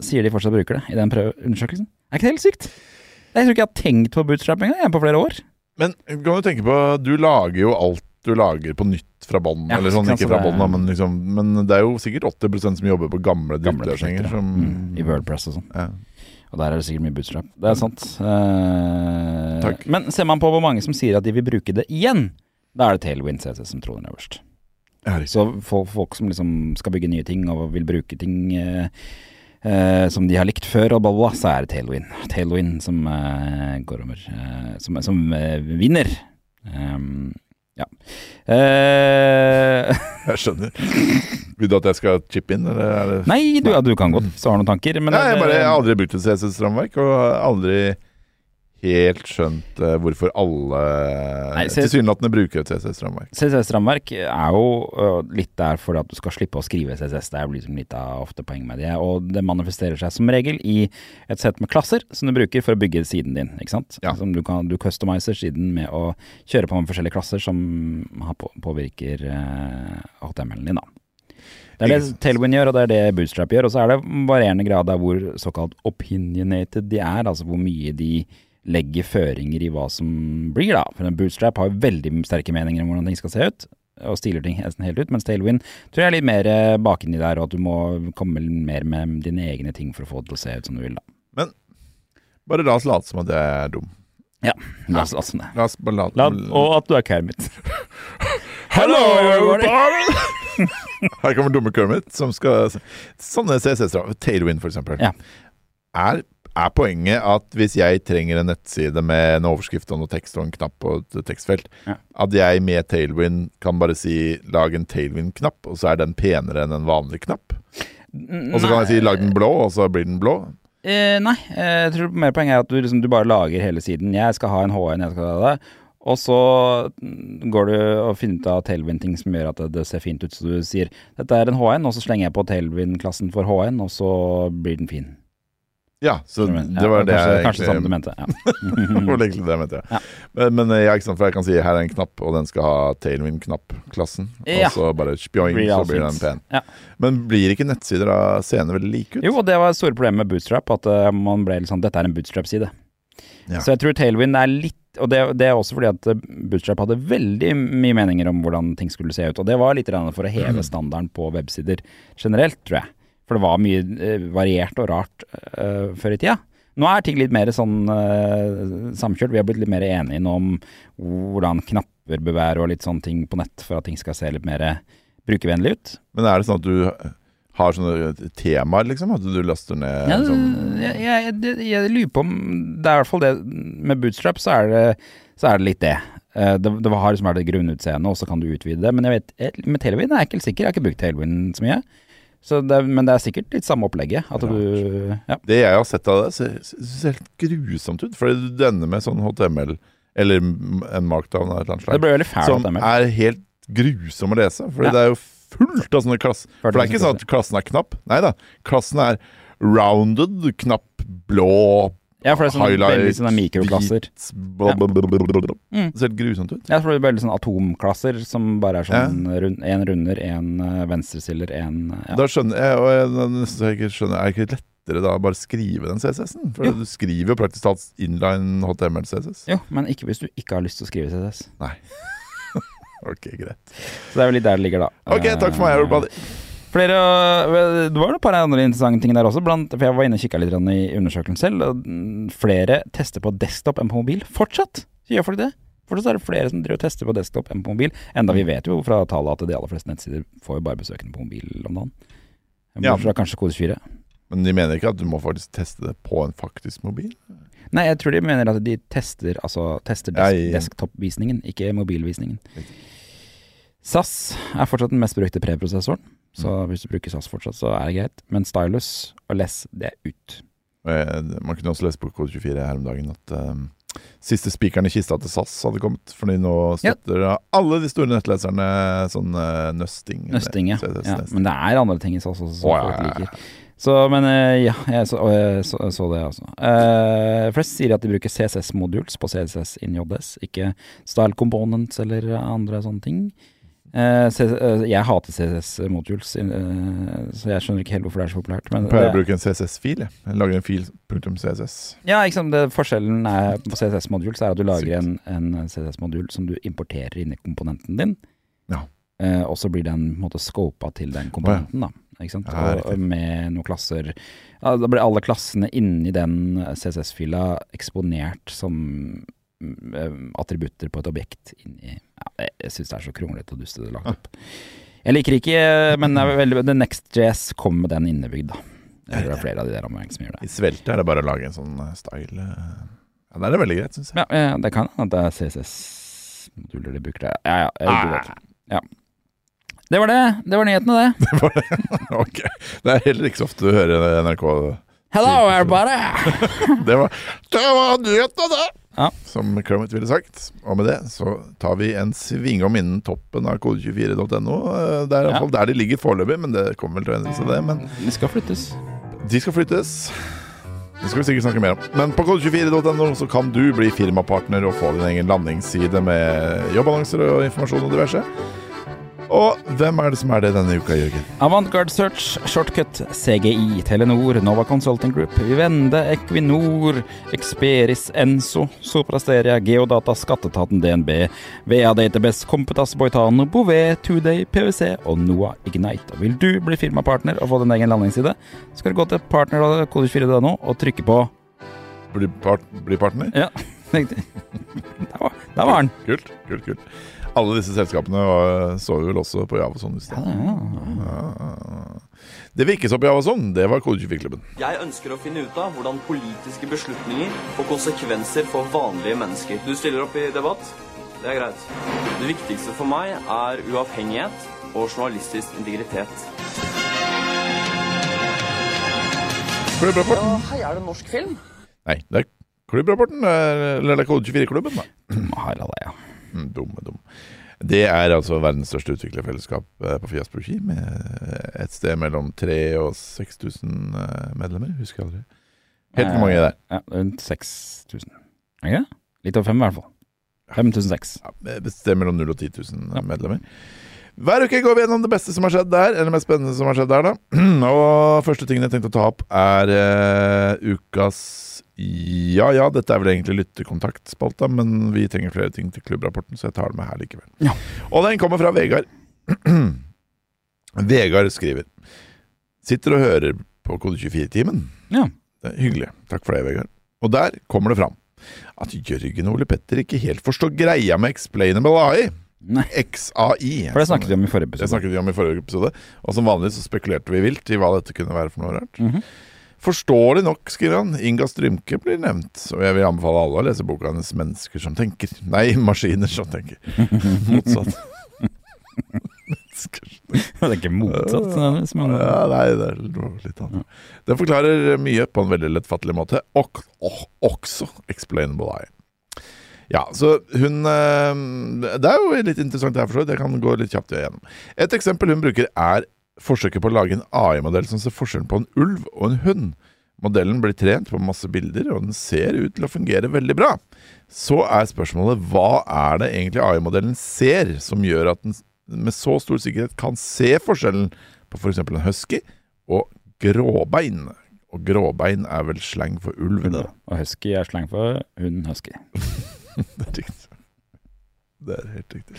Speaker 2: sier de fortsatt bruker det i den prøveundersøkelsen. Er ikke det helt sykt? Jeg tror ikke jeg har tenkt på bootstrap engang jeg, på flere år.
Speaker 1: Men kan du tenke på Du lager jo alt du lager på nytt fra bånn.
Speaker 2: Ja,
Speaker 1: eller sånn,
Speaker 2: ikke sant,
Speaker 1: ikke
Speaker 2: så
Speaker 1: fra
Speaker 2: det er-
Speaker 1: bånn, da, men, liksom, men det er jo sikkert 80 som jobber på gamle
Speaker 2: Gamle
Speaker 1: drittløsninger.
Speaker 2: prosjekter, ja.
Speaker 1: Som
Speaker 2: I Wordpress og sånn.
Speaker 1: Ja.
Speaker 2: Og der er det sikkert mye bootstrap. Det er sant. Eh,
Speaker 1: Takk.
Speaker 2: Men ser man på hvor mange som sier at de vil bruke det igjen, da er det Tailwind CSS som troner øverst.
Speaker 1: Ja, riktig.
Speaker 2: Så folk, folk som liksom skal bygge nye ting og vil bruke ting eh, eh, som de har likt før, og bla, bla, bla, så er det Tailwind. Tailwind som eh, går over. Eh, som som eh, vinner. Ehm, ja. Eh,
Speaker 1: Jeg skjønner. Vil du at jeg skal chippe inn, eller er det
Speaker 2: nei, du, ja, du kan godt, så har du noen tanker. Men
Speaker 1: Nei, jeg, bare, jeg har aldri brukt et CSS-rammeverk, og har aldri helt skjønt eh, hvorfor alle
Speaker 2: Nei, se-
Speaker 1: tilsynelatende bruker et CSS-rammeverk.
Speaker 2: CSS-rammeverk er jo ø, litt der for at du skal slippe å skrive CSS. Det er jo liksom litt av ofte poeng med det. Og det manifesterer seg som regel i et sett med klasser som du bruker for å bygge siden din. ikke sant?
Speaker 1: Ja.
Speaker 2: Som du, kan, du customiser siden med å kjøre på med forskjellige klasser som har på, påvirker eh, HTML-en din. da. Det er
Speaker 1: Ikke
Speaker 2: det
Speaker 1: sant.
Speaker 2: Tailwind gjør, og det er det Bootstrap gjør. Og så er det varierende grad av hvor såkalt opinionated de er, altså hvor mye de legger føringer i hva som blir, da. For en Bootstrap har jo veldig sterke meninger om hvordan ting skal se ut, og stiler ting nesten helt ut, mens Tailwind tror jeg er litt mer eh, bakenni der, og at du må komme mer med dine egne ting for å få det til å se ut som du vil, da.
Speaker 1: Bare la oss late som at jeg er dum.
Speaker 2: Ja, la oss la oss som det.
Speaker 1: La oss bare late
Speaker 2: La, og at du er Kermit.
Speaker 1: Hello,
Speaker 2: everybody!
Speaker 1: everybody! Her kommer dumme Kermit, som skal Sånne CSS-rammeverk, Tailwind for eksempel,
Speaker 2: Ja.
Speaker 1: er er poenget at hvis jeg trenger en nettside med en overskrift og noe tekst og en knapp og et tekstfelt,
Speaker 2: Ja.
Speaker 1: at jeg med Tailwind kan bare si 'lag en Tailwind-knapp', og så er den penere enn en vanlig knapp? Og så kan jeg si 'lag den blå', og så blir den blå?
Speaker 2: Eh, nei, eh, jeg tror mer poenget er at du, liksom, du bare lager hele siden. Jeg skal ha en HN, jeg skal ha det. Og så mm, går du og finner ut av tailwind-ting som gjør at det, det ser fint ut. Så du sier dette er en HN, og så slenger jeg på tailwind-klassen for HN, og så blir den fin.
Speaker 1: Ja, så
Speaker 2: Ja,
Speaker 1: det var det
Speaker 2: kanskje,
Speaker 1: jeg
Speaker 2: Kanskje sånn du
Speaker 1: egentlig
Speaker 2: mente. Ja.
Speaker 1: Det var egentlig det jeg mente. Ja. Men, men ja, ikke sant, for jeg kan si 'her er en knapp', og den skal ha Tailwind-knapp-klassen.
Speaker 2: Ja.
Speaker 1: Og så bare spjoing,
Speaker 2: Blir det
Speaker 1: så
Speaker 2: alt
Speaker 1: blir den
Speaker 2: fint.
Speaker 1: pen.
Speaker 2: Ja.
Speaker 1: Men blir ikke nettsider da seende veldig like ut?
Speaker 2: Jo, og det var det store problemet med bootstrap, at eh, man ble litt sånn dette er en bootstrap-side.
Speaker 1: Ja.
Speaker 2: Så jeg tror tailwind er litt og det, det er også fordi at eh, Bootstrap hadde veldig mye meninger om hvordan ting skulle se ut. Og det var litt grann for å heve standarden på websider generelt, tror jeg. For det var mye eh, variert og rart eh, før i tida. Nå er ting litt mer sånn eh, samkjørt. Vi har blitt litt mer enige nå om hvordan knapper bør være og litt sånne ting på nett for at ting skal se litt mer eh, brukervennlig ut.
Speaker 1: Men er det sånn at du har sånne temaer, liksom? At du laster ned
Speaker 2: Ja,
Speaker 1: sånn
Speaker 2: jeg, jeg, jeg, jeg lurer på om Det er i hvert fall det Med bootstrap så er det, så er det litt det. Eh, Det, det har liksom vært et grunnutseende, og så kan du utvide det. Men jeg vet, jeg- med Tailwind er jeg ikke helt sikker. Jeg har ikke brukt Tailwind så mye. Så det, er- men det er sikkert litt samme opplegget. At du ja.
Speaker 1: Det jeg har sett av det, ser, ser helt grusomt ut. For du ender med sånn HTML, eller en markdown av et eller annet slag.
Speaker 2: Det ble veldig fælt,
Speaker 1: som
Speaker 2: HTML.
Speaker 1: er helt grusom å lese. For
Speaker 2: Ja.
Speaker 1: det er jo fullt av sånne klasser. For det er ikke sånn at klassen er knapp. Nei da. Klassen er rounded, knapp, blå,
Speaker 2: ja, for det er sånn veldig
Speaker 1: highlights,
Speaker 2: sånne mikroklasser. Mm.
Speaker 1: hvit, bla, bla, bla, bla, bla, bla. Det ser helt grusomt ut.
Speaker 2: Jeg tror det er veldig sånn atomklasser som bare er sånn rund, en runder, en eh, venstrestiller, en eh, ja.
Speaker 1: Da skjønner jeg, og jeg, da nesten så jeg ikke skjønner, Er det ikke lettere da å bare skrive den CSS-en? For
Speaker 2: Jo.
Speaker 1: du skriver jo praktisk talt inline HTML-CSS.
Speaker 2: Jo, men ikke hvis du ikke har lyst til å skrive CSS.
Speaker 1: Nei. ok, greit.
Speaker 2: Så det er vel litt der det ligger, da.
Speaker 1: Ok, takk for meg,
Speaker 2: Eh,
Speaker 1: everybody.
Speaker 2: Flere, øh, det var et par andre interessante ting der også, blant, for jeg var inne og kikka litt grann i undersøkelsen selv. og, mm, Flere tester på desktop enn på mobil. Fortsatt så gjør folk det. Fortsatt er det flere som driver og tester på desktop enn på mobil. Enda vi vet jo fra tallet at de aller fleste nettsider får jo bare besøkende på mobil om dagen.
Speaker 1: Ja.
Speaker 2: Bortsett fra kanskje kode 4.
Speaker 1: Men de mener ikke at du må faktisk teste det på en faktisk mobil?
Speaker 2: Nei, jeg tror de mener at de tester, altså, tester
Speaker 1: Ja,
Speaker 2: desk
Speaker 1: ja, ja.
Speaker 2: desktop-visningen, ikke mobilvisningen. SAS er fortsatt den mest brukte preprosessoren, så
Speaker 1: Mm.
Speaker 2: hvis du bruker SAS fortsatt, så er det greit. Men Stylus og Less, det er ut.
Speaker 1: Og jeg- Man kunne også lese på Kode 24 her om dagen at ehm, siste spikeren i kista til SAS hadde kommet, fordi nå
Speaker 2: Ja.
Speaker 1: støtter alle de store nettleserne sånn eh, nøsting.
Speaker 2: Nøsting, ja.
Speaker 1: CSS,
Speaker 2: ja.
Speaker 1: nøsting.
Speaker 2: Men det er andre ting i SAS også som
Speaker 1: Å, ja,
Speaker 2: folk
Speaker 1: ja, ja.
Speaker 2: liker. Så, men eh, ja, jeg så, og jeg så, så det også. Eh, flest sier at de bruker CSS-modules på CSS in JS, ikke style components eller andre sånne ting. Eh, CSS, eh, jeg hater CSS-modules, eh, så jeg skjønner ikke helt hvorfor det er så populært. Men
Speaker 1: Jeg pleier å
Speaker 2: det,
Speaker 1: bruke en CSS-fil. jeg. Jeg lager en fil punktum CSS.
Speaker 2: ja, ikke sant, det, forskjellen er på CSS-modules er at du lager en, en CSS-modul som du importerer inn i komponenten din.
Speaker 1: Ja.
Speaker 2: Eh, og så blir den på en måte scopa til den komponenten, da. Ikke sant?
Speaker 1: Ja,
Speaker 2: og, med noen klasser ja, Da blir alle klassene inni den CSS-fila eksponert som mm, eh, attributter på et objekt inni ja, Jeg, jeg syns det er så kronglete og dustete lagt opp. Jeg liker ikke, men det er veldig, The Next.js kom med den innebygd, da. Jeg tror det er flere av de der omgjengene som gjør
Speaker 1: I
Speaker 2: det.
Speaker 1: svelte er det bare å lage en sånn eh, style eh. Ja, Da er det veldig greit, syns jeg.
Speaker 2: Ja, eh, det kan hende at det er CSS-moduler de bruker der. Ja, ja. Jeg, du vet. ja. Det var det. Det var nyhetene, det.
Speaker 1: Ok. Det er heller ikke så ofte du hører NRK
Speaker 2: Hello, everybody!
Speaker 1: Det var, det var nyheten, det!
Speaker 2: Ja.
Speaker 1: Som Kermit ville sagt. Og med det så tar vi en svingom innen toppen av kode24.no. Eh, Det er i hvert fall der de ligger foreløpig, men det kommer vel til å endre seg, det. Men
Speaker 2: Det skal flyttes.
Speaker 1: de skal flyttes. Det skal vi sikkert snakke mer om. Men på kode24.no så kan du bli firmapartner og få din egen landingsside med jobbannonser og informasjon og diverse. Og hvem er det som er det denne uka, Jørgen?
Speaker 2: Avantgarde Search, Shortcut, CGI, Telenor, Nova Consulting Group, Vivende, Equinor, Experis, Enso, Soprasteria, Geodata, Skatteetaten, DNB, VA Database, Computas, Boitano, Bouvet, Today, PwC og Noah Ignite. Og vil du bli firmapartner og få din egen landingsside, så skal du gå til partner.kode4.no og trykke på
Speaker 1: Bli, part, bli partner?
Speaker 2: ja, Tenkte jeg. Der var, der var den.
Speaker 1: Kult, kult, kult. Alle disse selskapene var, så vi vel også på Javason i sted. Ah. Det vi ikke så på Javason, det var Kode 24-klubben.
Speaker 8: Jeg ønsker å finne ut av hvordan politiske beslutninger får konsekvenser for vanlige mennesker. Du stiller opp i debatt. Det er greit. Det viktigste for meg er uavhengighet og journalistisk integritet.
Speaker 1: Klubbrapporten?
Speaker 8: Hei, er det norsk film?
Speaker 1: Nei, det er klubbrapporten. eh, Eller det er Kode 24-klubben, da.
Speaker 2: Harald, ja.
Speaker 1: Mm, Dumme, dum. Det er altså verdens største utviklerfellesskap eh, på Fiasproki, med eh, et sted mellom 3000 og 6000 eh, medlemmer. Husker jeg aldri. Helt hvor mange det er.
Speaker 2: Ja, rundt 6000. Er det ikke det? Litt over fem, i hvert fall. 5006.
Speaker 1: Ja, et sted mellom 0 og 10 000 medlemmer. Hver uke går vi gjennom det beste som har skjedd der, eller det mest spennende som har skjedd der, da. Og første tingen jeg tenkte å ta opp, er eh, ukas Ja ja, dette er vel egentlig lytterkontaktspalta, men vi trenger flere ting til klubbrapporten, så jeg tar det med her likevel.
Speaker 2: Ja.
Speaker 1: Og den kommer fra Vegard. Vegard skriver Sitter og hører på Kode 24-timen.
Speaker 2: Ja.
Speaker 1: Det er hyggelig. Takk for det, Vegard. Og der kommer det fram at Jørgen og Ole Petter ikke helt forstår greia med Explainable AI.
Speaker 2: Nei.
Speaker 1: XAI.
Speaker 2: For det snakket vi om i forrige
Speaker 1: Det
Speaker 2: episode.
Speaker 1: snakket vi om i forrige episode. Og som vanlig så spekulerte vi vilt i hva dette kunne være for noe rart.
Speaker 2: Mhm.
Speaker 1: Forståelig nok, skriver han, Inga Strymke blir nevnt, og jeg vil anbefale alle å lese boka hennes 'Mennesker som tenker'. Nei, 'Maskiner som tenker'. Motsatt. Mennesker
Speaker 2: Det er ikke motsatt. nødvendigvis, men-
Speaker 1: ja, nei, det er noe litt annet. Den forklarer mye på en veldig lettfattelig måte, og, og også explainable eye. Ja, så hun eh, Det er jo litt interessant det her, for så vidt. Jeg kan gå litt kjapt igjennom. Et eksempel hun bruker, er forsøket på å lage en AI-modell som ser forskjellen på en ulv og en hund. Modellen blir trent på masse bilder, og den ser ut til å fungere veldig bra. Så er spørsmålet hva er det egentlig AI-modellen ser som gjør at den med så stor sikkerhet kan se forskjellen på f.eks. en husky og gråbein. Og gråbein er vel slang for ulv?
Speaker 2: Hund,
Speaker 1: Da.
Speaker 2: Og husky er slang for hunden husky.
Speaker 1: Det er riktig. Det er helt riktig.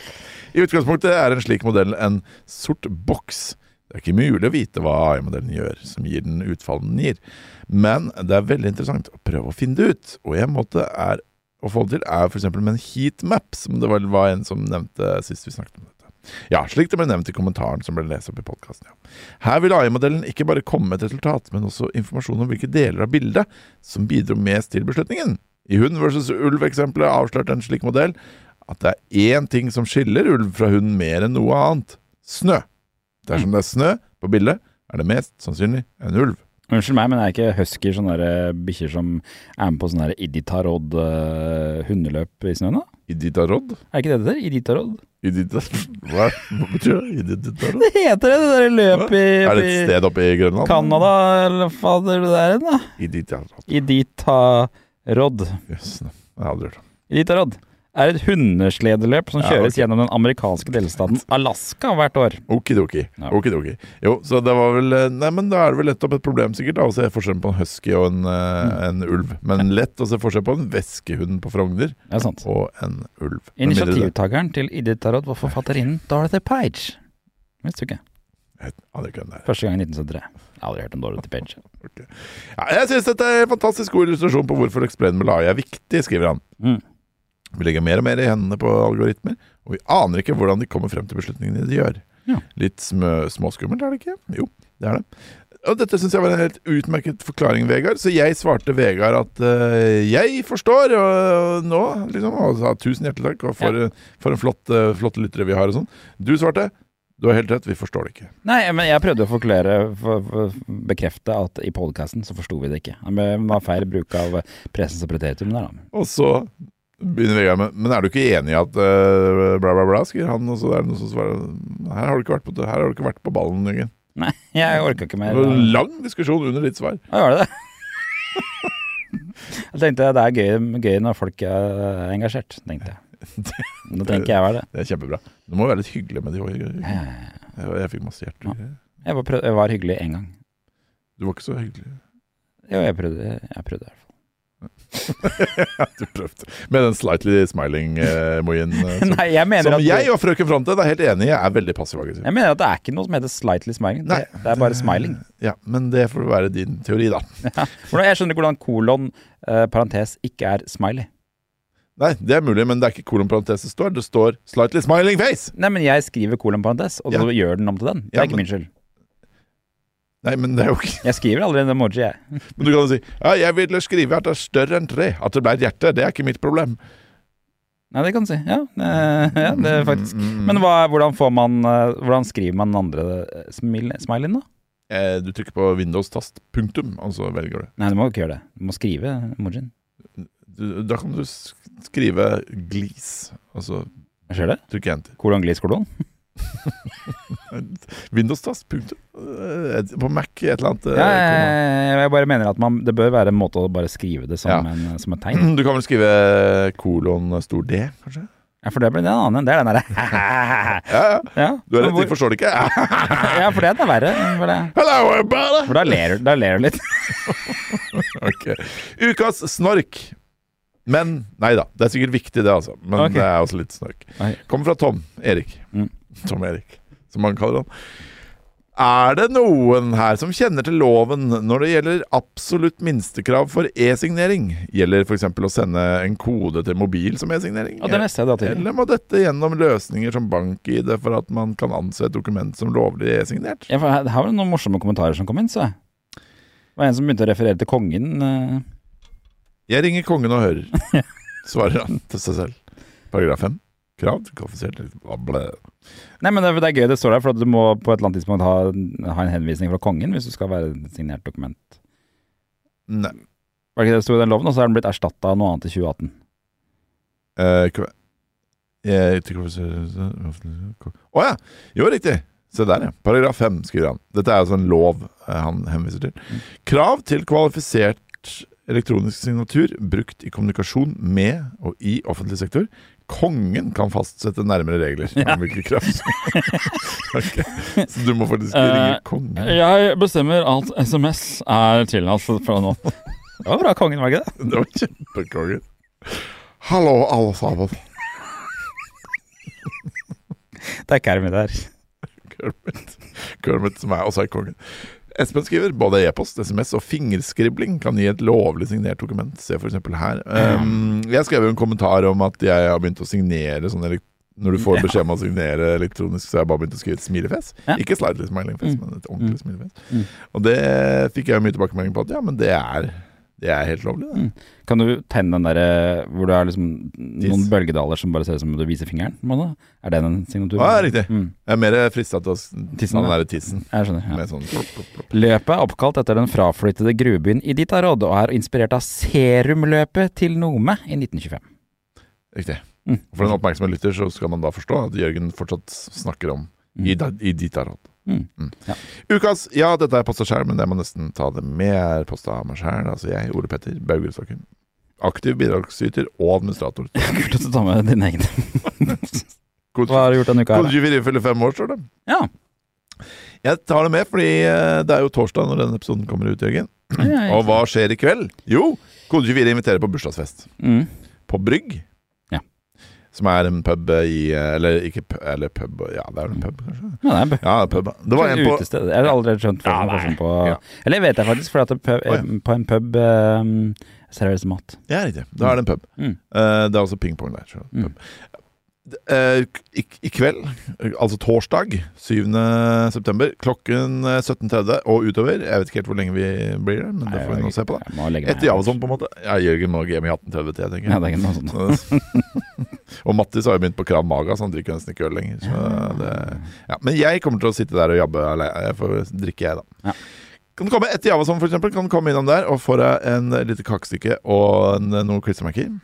Speaker 1: I utgangspunktet er en slik modell en sort boks. Det er ikke mulig å vite hva AI-modellen gjør, som gir den utfallet den gir. Men det er veldig interessant å prøve å finne det ut. Og en måte er, å få det til er f.eks. med en heatmap, som det vel var en som nevnte sist vi snakket om dette. Ja, slik det ble nevnt i kommentaren som ble lest opp i podkasten. Ja. Her vil AI-modellen ikke bare komme med et resultat, men også informasjon om hvilke deler av bildet som bidro mest til beslutningen. I hund versus ulv-eksempelet avslørte en slik modell at det er én ting som skiller ulv fra hund mer enn noe annet snø. Dersom det er snø på bildet, er det mest sannsynlig en ulv.
Speaker 2: Unnskyld meg, men er ikke husker sånne der eh, bikkjer som er med på sånne der Iditarod eh, hundeløp i snøen? da?
Speaker 1: Iditarod?
Speaker 2: Er ikke det det der? Iditarod?
Speaker 1: Iditarod? Hva, hva betyr det? Iditarod?
Speaker 2: Det heter det, det der løp i,
Speaker 1: Er det et
Speaker 2: i
Speaker 1: sted oppe i Grønland?
Speaker 2: Canada, eller hva fader det der hen, da?
Speaker 1: Iditarod.
Speaker 2: Iditarod.
Speaker 1: Jøss, jeg har aldri hørt om.
Speaker 2: Iditarod er et hundesledeløp som
Speaker 1: Ja,
Speaker 2: kjøres
Speaker 1: ok. Mm.
Speaker 2: gjennom den amerikanske delstaten Alaska hvert år.
Speaker 1: Okidoki.
Speaker 2: Ja.
Speaker 1: Okidoki. Jo, så det var vel eh, Nei, men da er det vel lett opp et problem, sikkert, da, å se forskjellen på en husky og en, eh, en ulv. Men lett å se forskjell på en veskehund på Frogner
Speaker 2: Det er sant.
Speaker 1: og en ulv. Med mindre det-
Speaker 2: Initiativtakeren til Iditarod var forfatterinnen Dorothy Page. Visste du ikke?
Speaker 1: Jeg aner ikke hvem det er.
Speaker 2: Første gang i 1973. Jeg har aldri hørt om Dorothy Page.
Speaker 1: Ja, jeg syns dette er en fantastisk god illustrasjon på hvorfor Explainable AI er viktig, skriver han.
Speaker 2: Mm.
Speaker 1: Vi legger mer og mer i hendene på algoritmer, og vi aner ikke hvordan de kommer frem til beslutningene de gjør.
Speaker 2: Ja.
Speaker 1: Litt smø- småskummelt, er det ikke? Jo, det er det. Og dette syns jeg var en helt utmerket forklaring, Vegard, så jeg svarte Vegard at eh, jeg forstår og, nå, liksom, og sa tusen hjertelig takk og for, for en flott, eh, flotte lyttere vi har og sånn. Du svarte du har helt rett, vi forstår det ikke.
Speaker 2: Nei, men jeg prøvde å forklare, for, for, bekrefte at i podkasten så forsto vi det ikke. Det var feil bruk av presens og preteritum der, da.
Speaker 1: Og så begynner Vegard med Men er du ikke enig i at eh, bla, bla, bla, skriver han, og så er det noen som svarer Her har du ikke vært på, her har du ikke vært på ballen, Jørgen.
Speaker 2: Nei, jeg orka ikke
Speaker 1: Det
Speaker 2: mer.
Speaker 1: var en
Speaker 2: Da
Speaker 1: lang diskusjon under ditt svar.
Speaker 2: Da var det det. Jeg tenkte det er gøy, gøy når folk er engasjert, tenkte jeg. Da tenker jeg var det.
Speaker 1: Det er kjempebra. Du må være litt hyggelig med de òg. Jeg, jeg fikk masse hjerter.
Speaker 2: Jeg var, prøv, jeg var hyggelig én gang.
Speaker 1: Du var ikke så hyggelig.
Speaker 2: Jo, jeg prøvde, jeg prøvde i hvert fall.
Speaker 1: Du prøvde. Med den slightly smiling-moyen. eh, som
Speaker 2: Nei, jeg mener,
Speaker 1: som
Speaker 2: at,
Speaker 1: jeg og frøken Fronted er helt enig i, er veldig passiv-aggressiv.
Speaker 2: jeg mener at det er ikke noe som heter slightly smiling.
Speaker 1: Nei,
Speaker 2: det, det er bare smiling.
Speaker 1: Ja, men det får være din teori, da.
Speaker 2: Hvordan- Jeg skjønner ikke hvordan kolon, eh, parentes, ikke er smiley.
Speaker 1: Nei, det er mulig, men det er ikke kolonparentes det står. Det står 'slightly smiling face'.
Speaker 2: Nei, men jeg skriver kolon parentes, og
Speaker 1: Ja.
Speaker 2: så gjør den om til den. Det
Speaker 1: Ja,
Speaker 2: er ikke
Speaker 1: men-
Speaker 2: min skyld.
Speaker 1: Nei, men det er jo ikke
Speaker 2: Jeg skriver aldri en emoji, jeg.
Speaker 1: Men du kan jo si 'ja, jeg ville skrive at det er større enn tre'. At det ble et hjerte, det er ikke mitt problem.
Speaker 2: Nei, det kan du si. Ja, det, ja, det er
Speaker 1: Mm,
Speaker 2: faktisk. Men hva, hvordan, får man, eh, hvordan skriver man den andre eh, smil- smileyen, da?
Speaker 1: Eh, du trykker på Windows-tast, punktum, og så velger du.
Speaker 2: Nei, du må ikke gjøre det. Du må skrive emojien.
Speaker 1: du. Da kan du s- skrive 'glis', og så
Speaker 2: Skjer det?
Speaker 1: trykker jeg enter.
Speaker 2: Kolon glis kolon?
Speaker 1: Windows-tast, punktum. Eh, På Mac, et eller annet. eh,
Speaker 2: Ja, jeg, jeg bare mener at man, det bør være en måte å bare skrive det som,
Speaker 1: Ja.
Speaker 2: en, eh, som et tegn.
Speaker 1: komma. Du kan vel skrive eh, kolon stor D, kanskje?
Speaker 2: Ja, for det blir det en annen. Det er den derre
Speaker 1: Ja, ja.
Speaker 2: ja.
Speaker 1: Du
Speaker 2: men
Speaker 1: har rett, de
Speaker 2: hvor-
Speaker 1: forstår det ikke.
Speaker 2: Ja, for det er den verre. For, det,
Speaker 1: Hello, everybody!
Speaker 2: for da ler du da ler du litt.
Speaker 1: Ok. Ukas snork. Men Nei da, det er sikkert viktig, det, altså. Men
Speaker 2: Ok.
Speaker 1: det er også litt snork.
Speaker 2: Nei.
Speaker 1: Kommer fra Tom Erik.
Speaker 2: Mm.
Speaker 1: Tom Erik, som han kaller han. Er det noen her som kjenner til loven når det gjelder absolutt minstekrav for e-signering? Gjelder f.eks. å sende en kode til mobil som e-signering?
Speaker 2: Og det leste jeg da til.
Speaker 1: Eller må dette gjennom løsninger som bank-ID for at man kan anse et dokument som lovlig e-signert?
Speaker 2: Ja, for her, her var det noen morsomme kommentarer som kom inn, så jeg. Det var en som begynte å referere til kongen. eh.
Speaker 1: Jeg ringer kongen og hører, svarer han til seg selv. Paragraf 5. Krav til offisielt ble.
Speaker 2: Nei, men det, det er gøy det står der, for at du må på et eller annet tidspunkt ha, ha en henvisning fra kongen hvis du skal være et signert dokument.
Speaker 1: Nei.
Speaker 2: Var det ikke det det sto i den loven, og så er den blitt erstatta av noe annet i 2018.
Speaker 1: Eh, kve- jeg til offisielt- Å ja! Jo, riktig. Se der, ja. Paragraf 5 skriver han. Dette er altså en lov eh, han henviser til. Krav til kvalifisert elektronisk signatur brukt i kommunikasjon med og i offentlig sektor. Kongen kan fastsette nærmere regler om hvilke krav som Ok. Så du må faktisk ringe
Speaker 2: Eh,
Speaker 1: kongen.
Speaker 2: Jeg bestemmer at SMS er tillatt fra nå. Det var bra kongen, var det ikke det?
Speaker 1: Det var kjempekonge. Hallo, alle sammen.
Speaker 2: Det er ikke her i middag her.
Speaker 1: Kermit. Kermit som er også er kongen. Espen skriver både e-post, SMS og fingerskribling kan gi et lovlig signert dokument. Se f.eks. her. Um, jeg skrev jo en kommentar om at jeg har begynt å signere sånn elekt- når du får beskjed om å signere elektronisk, så har jeg bare begynt å skrive et smilefjes.
Speaker 2: Ja.
Speaker 1: Ikke slightly smiling face, men et ordentlig
Speaker 2: Mm.
Speaker 1: smilefjes. Og det fikk jeg mye tilbakemelding på at ja, men det er, det er helt lovlig.
Speaker 2: Mm.
Speaker 1: Det.
Speaker 2: Kan du tenne den derre hvor du har liksom noen
Speaker 1: Tiss.
Speaker 2: bølgedaler som bare ser ut som du viser fingeren? på en måte? Er det en signatur?
Speaker 1: Ja, det er riktig.
Speaker 2: Mm,
Speaker 1: Jeg er mer frista til å s-
Speaker 2: Tissen,
Speaker 1: ta den
Speaker 2: ja.
Speaker 1: derre tissen.
Speaker 2: jeg skjønner. Ja.
Speaker 1: Med sånn plopp, plopp, plopp.
Speaker 2: Løpet er oppkalt etter den fraflyttede gruvebyen Iditarod og er inspirert av serumløpet til Nome i 1925.
Speaker 1: Riktig.
Speaker 2: Mm.
Speaker 1: Og For den oppmerksomme lytter så skal man da forstå at Jørgen fortsatt snakker om i, da, i ditt råd.
Speaker 2: Mm.
Speaker 1: Mm.
Speaker 2: Ja.
Speaker 1: Ukas Ja, dette er posta sjæl, men jeg må nesten ta det med. Jeg er posta av meg sjæl, altså jeg, Ole Petter Baugerudstokken. Aktiv bidragsyter og administrator.
Speaker 2: Kult at du tar med dine egne.
Speaker 1: Kode
Speaker 2: Hva har du gjort denne uka?
Speaker 1: kode
Speaker 2: her?
Speaker 1: 24 fyller fem år, står det.
Speaker 2: Ja.
Speaker 1: Jeg tar det med, fordi eh, det er jo torsdag når denne episoden kommer ut, Jørgen.
Speaker 2: Ja, ja, ja.
Speaker 1: Og hva skjer i kveld? Jo, Kode 24 inviterer på bursdagsfest.
Speaker 2: Mm.
Speaker 1: på Brygg.
Speaker 2: Ja.
Speaker 1: Som er en pub i eh, Eller ikke pub, eller pub Ja, det er vel en pub, kanskje?
Speaker 2: Ja, det er bø-
Speaker 1: Ja, det er pub. Det var en på
Speaker 2: Utested. Jeg har aldri skjønt
Speaker 1: Ja,
Speaker 2: forskjellen
Speaker 1: nei.
Speaker 2: forskjellen på
Speaker 1: Ja.
Speaker 2: Eller vet jeg faktisk, for at det pub,
Speaker 1: Å, ja.
Speaker 2: eh, på en pub eh, serveres mat.
Speaker 1: Ja, riktig. Da er det en pub.
Speaker 2: Mm.
Speaker 1: Eh, det er også pingpong der. Så
Speaker 2: Mm.
Speaker 1: pub. Eh, i, I kveld, altså torsdag 7. september, klokken 17.30 og utover Jeg vet ikke helt hvor lenge vi blir der, men det får vi nå se på, da.
Speaker 2: Jeg må legge meg.
Speaker 1: Etter Javasson, på en måte. Ja, Jørgen må hjem i 1830, jeg tenker.
Speaker 2: Ja, det er ikke noe sånt.
Speaker 1: og Mattis har jo begynt på Krav Maga, så han drikker nesten ikke øl lenger. Så det, ja. Men jeg kommer til å sitte der og jabbe alene. Jeg får drikke, jeg, da.
Speaker 2: Ja.
Speaker 1: Kan du komme etter Javason, for eksempel, kan du komme innom der og få deg en lite kakestykke og en, noen klistremerker.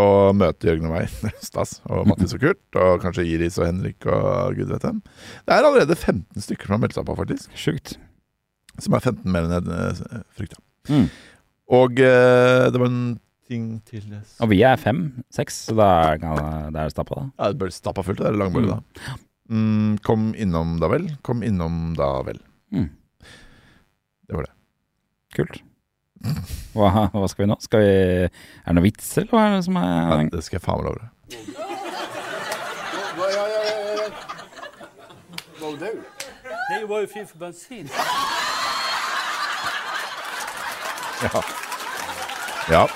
Speaker 1: Og møte Jørgen og meg. Stas. Og Mattis og Kurt. Og kanskje Iris og Henrik og gud vet hvem. Det er allerede 15 stykker som har meldt seg på, faktisk.
Speaker 2: Sjukt.
Speaker 1: Som er 15 mer enn jeg eh, frykta.
Speaker 2: Mm.
Speaker 1: Og eh, det var en ting til jeg s-
Speaker 2: Og vi er fem-seks, så da er kan- da er det stappa, da.
Speaker 1: Ja, det ble stappa fullt, det er langbølle, da. Mm, kom innom da vel. Kom innom da vel.
Speaker 2: Mm.
Speaker 1: Det var det.
Speaker 2: Kult. Hva, hva skal vi nå? Skal vi, er det noen vitser, eller hva er det som
Speaker 1: Ja,
Speaker 2: er
Speaker 1: det skal jeg faen meg love deg.
Speaker 9: Det var ju fri för bensin.
Speaker 1: Ja.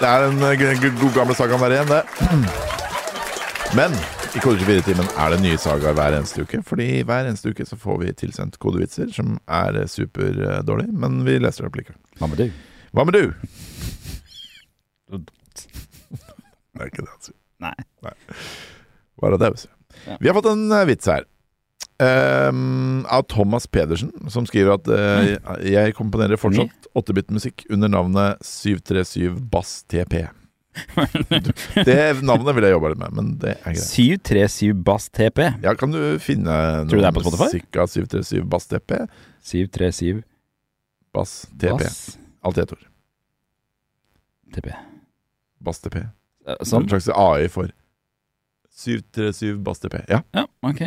Speaker 1: Det er den eh, g- g- gode gamle sagaen der igjen, det. Men i Kode 24-timen er det nye sagaer hver eneste uke. Fordi hver eneste uke så får vi tilsendt kodevitser som er eh, superdårlig, men vi leser det opp likevel.
Speaker 2: Hva med du?
Speaker 1: Hva med du? Det er ikke det han sier.
Speaker 2: Nei.
Speaker 1: Bare det, altså.
Speaker 2: Ja.
Speaker 1: Vi har fått en eh, vits her. Ehm, av Thomas Pedersen, som skriver at eh, jeg komponerer fortsatt 8-bit-musikk under navnet 737 Bass TP. Det navnet ville jeg jobba litt med, men det er greit.
Speaker 2: 737 Bass TP.
Speaker 1: Ja, kan du finne
Speaker 2: Tror du det er på Spotify?
Speaker 1: musikk av 737 Bass TP?
Speaker 2: 737
Speaker 1: Bass TP.
Speaker 2: Bass
Speaker 1: Alt i ett ord.
Speaker 2: TP.
Speaker 1: Bass TP.
Speaker 2: Eh,
Speaker 1: En
Speaker 2: Sånn?
Speaker 1: slags AI for 737 Bass TP. Ja.
Speaker 2: Ja, ok.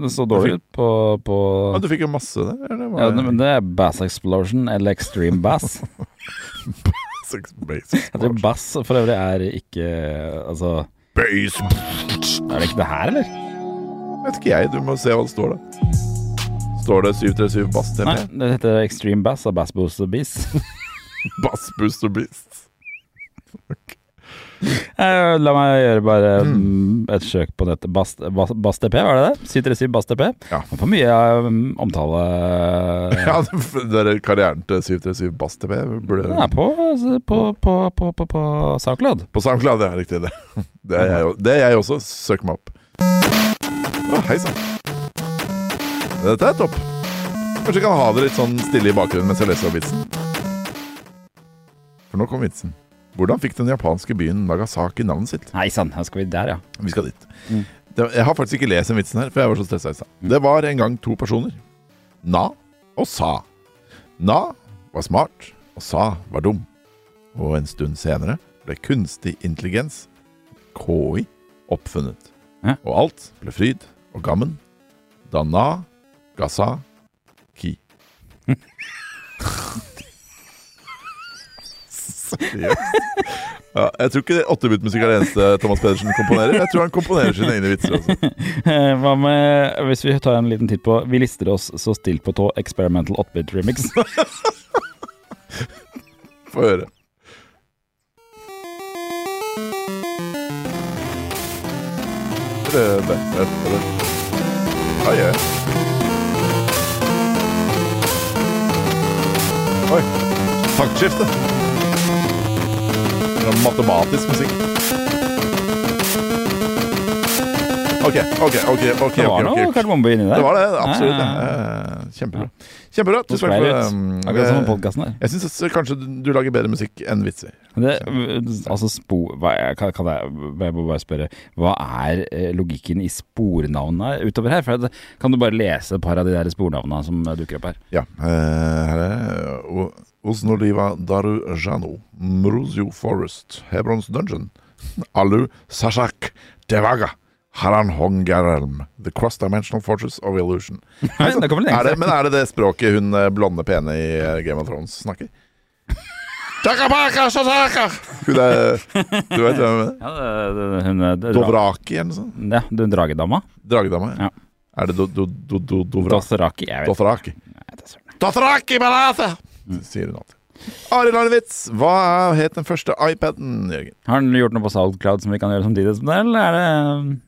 Speaker 2: Det så dårlig ut på, på
Speaker 1: ja, du fikk jo masse der. Eller?
Speaker 2: ja,
Speaker 1: var det-
Speaker 2: men Det er Bass Explosion eller Extreme Bass.
Speaker 1: Six basic
Speaker 2: Jeg tror
Speaker 1: parts.
Speaker 2: bass for øvrig er ikke Altså,
Speaker 1: Base.
Speaker 2: er det ikke det her, eller?
Speaker 1: Vet ikke jeg, du må se hva det står da. Står det 737 Bass TP?
Speaker 2: Nei, det heter Extreme Bass av Bass Booster Bees.
Speaker 1: Bass Booster Beast.
Speaker 2: Eh, La meg gjøre bare mm, et søk på nettet. Bass, bass, bass TP, var det det? 737 Bass TP?
Speaker 1: Ja.
Speaker 2: Det er For mye um, omtale
Speaker 1: Ja, det det er karrieren til 737 Bass TP. Burde,
Speaker 2: Den er på, altså, på, på, på, på, på SoundCloud.
Speaker 1: På SoundCloud, ja, riktig det. Det er jeg, det er jeg også. Søk meg opp. Å, Hei sann. Dette er topp. Kanskje jeg kan ha det litt sånn stille i bakgrunnen mens jeg leser opp vitsen. For nå kom vitsen. Hvordan fikk den japanske byen Nagasaki navnet sitt?
Speaker 2: Nei sann, her skal vi der, ja.
Speaker 1: Vi skal dit. Det, jeg har faktisk ikke lest den vitsen her, for jeg var så stressa i stad. Det var en gang to personer. Na og Sa. Na var smart, og Sa var dum. Og en stund senere ble kunstig intelligens, KI, oppfunnet.
Speaker 2: Hæ?
Speaker 1: Og alt ble fryd og gammen da Na ga Sa ki. Seriøst? Ja, jeg tror ikke 8-bit-musikk er det eneste Thomas Pedersen komponerer. Jeg tror han komponerer sine egne vitser også.
Speaker 2: Eh, Hva med hvis vi tar en liten titt på Vi lister oss så stilt på tå Experimental 8-bit remix.
Speaker 1: Få høre. Prøve, prøve, prøve. Oi, oi. Oi. Taktskifte. Det er Matematisk musikk. OK, OK, OK. ok, ok,
Speaker 2: Det var
Speaker 1: ok,
Speaker 2: noe
Speaker 1: ok.
Speaker 2: kardemombe inni der.
Speaker 1: Det var det, absolutt.
Speaker 2: Ja, ja,
Speaker 1: Eh, Kjempebra. Kjempebra.
Speaker 2: Det
Speaker 1: Tusen takk
Speaker 2: sklei
Speaker 1: for
Speaker 2: ut.
Speaker 1: um,
Speaker 2: Akkurat som den
Speaker 1: eh,
Speaker 2: podcasten der.
Speaker 1: Jeg syns kanskje du du lager bedre musikk enn vitser.
Speaker 2: Det,
Speaker 1: Mm.
Speaker 2: altså spo, hva, er- kan, kan jeg, jeg må bare spørre Hva er eh, logikken i spornavnene utover her? For at, kan du bare lese et par av de der spornavnene som dukker opp her?
Speaker 1: Ja. eh, Her er O- Osnoliva Darujano, Mruzio Forest, Hebrons Dungeon, Alu Sashak Devaga, Haran Hongarelm, The Cross Dimensional Fortress of Illusion.
Speaker 2: Nei, da kommer det
Speaker 1: Er
Speaker 2: lenge
Speaker 1: det, men er det det språket hun eh, blonde pene i eh, Game of Thrones snakker? Takabaka, shataka! Hun er Du vet hvem hun er?
Speaker 2: Ja, det- det- hun er- det-
Speaker 1: Dovraki eller noe sånt?
Speaker 2: Ja, du dragedama?
Speaker 1: Dragedama, ja.
Speaker 2: Ja.
Speaker 1: Er det do, do, do, do, dovra?
Speaker 2: Dothraki? Jeg vet
Speaker 1: Dothraki?
Speaker 2: ikke. det er søren. Mm.
Speaker 1: Dothraki Balata! Sier hun alltid. Arild Arnevitz, hva het den første iPaden, Jørgen?
Speaker 2: Har han gjort noe på SoundCloud som vi kan gjøre samtidig som det, eller er det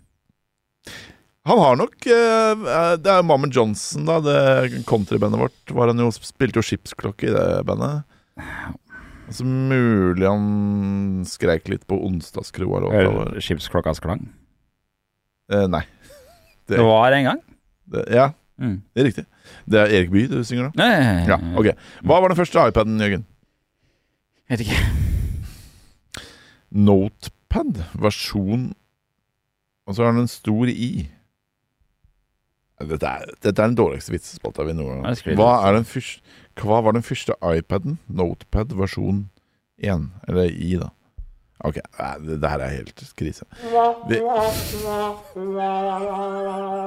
Speaker 1: Han har nok eh, Det er jo Mammen Johnson, da. Det countrybandet vårt. Var han jo, spilte jo skipsklokke i det bandet. Så mulig han skreik litt på onsdagskrua-låta
Speaker 2: Hører
Speaker 1: vår.
Speaker 2: Skipsklokkas klang?
Speaker 1: Eh, nei.
Speaker 2: Det var en gang.
Speaker 1: Det, ja,
Speaker 2: Mm.
Speaker 1: det er riktig. Det er Erik Bye du synger nå?
Speaker 2: Ja, ja, ja,
Speaker 1: Ja, ok. Hva var den første iPaden, Jørgen?
Speaker 2: Vet ikke.
Speaker 1: Notepad versjon Og så har den en stor i. Dette er, dette er den dårligste vitsespalta vi noen
Speaker 2: Ja, det
Speaker 1: gang
Speaker 2: skulle jeg
Speaker 1: hva, er den fyrs- hva var den første iPaden? Notepad versjon 1. Eller i, da. Ok, nei, det, det her er helt krise. Vi,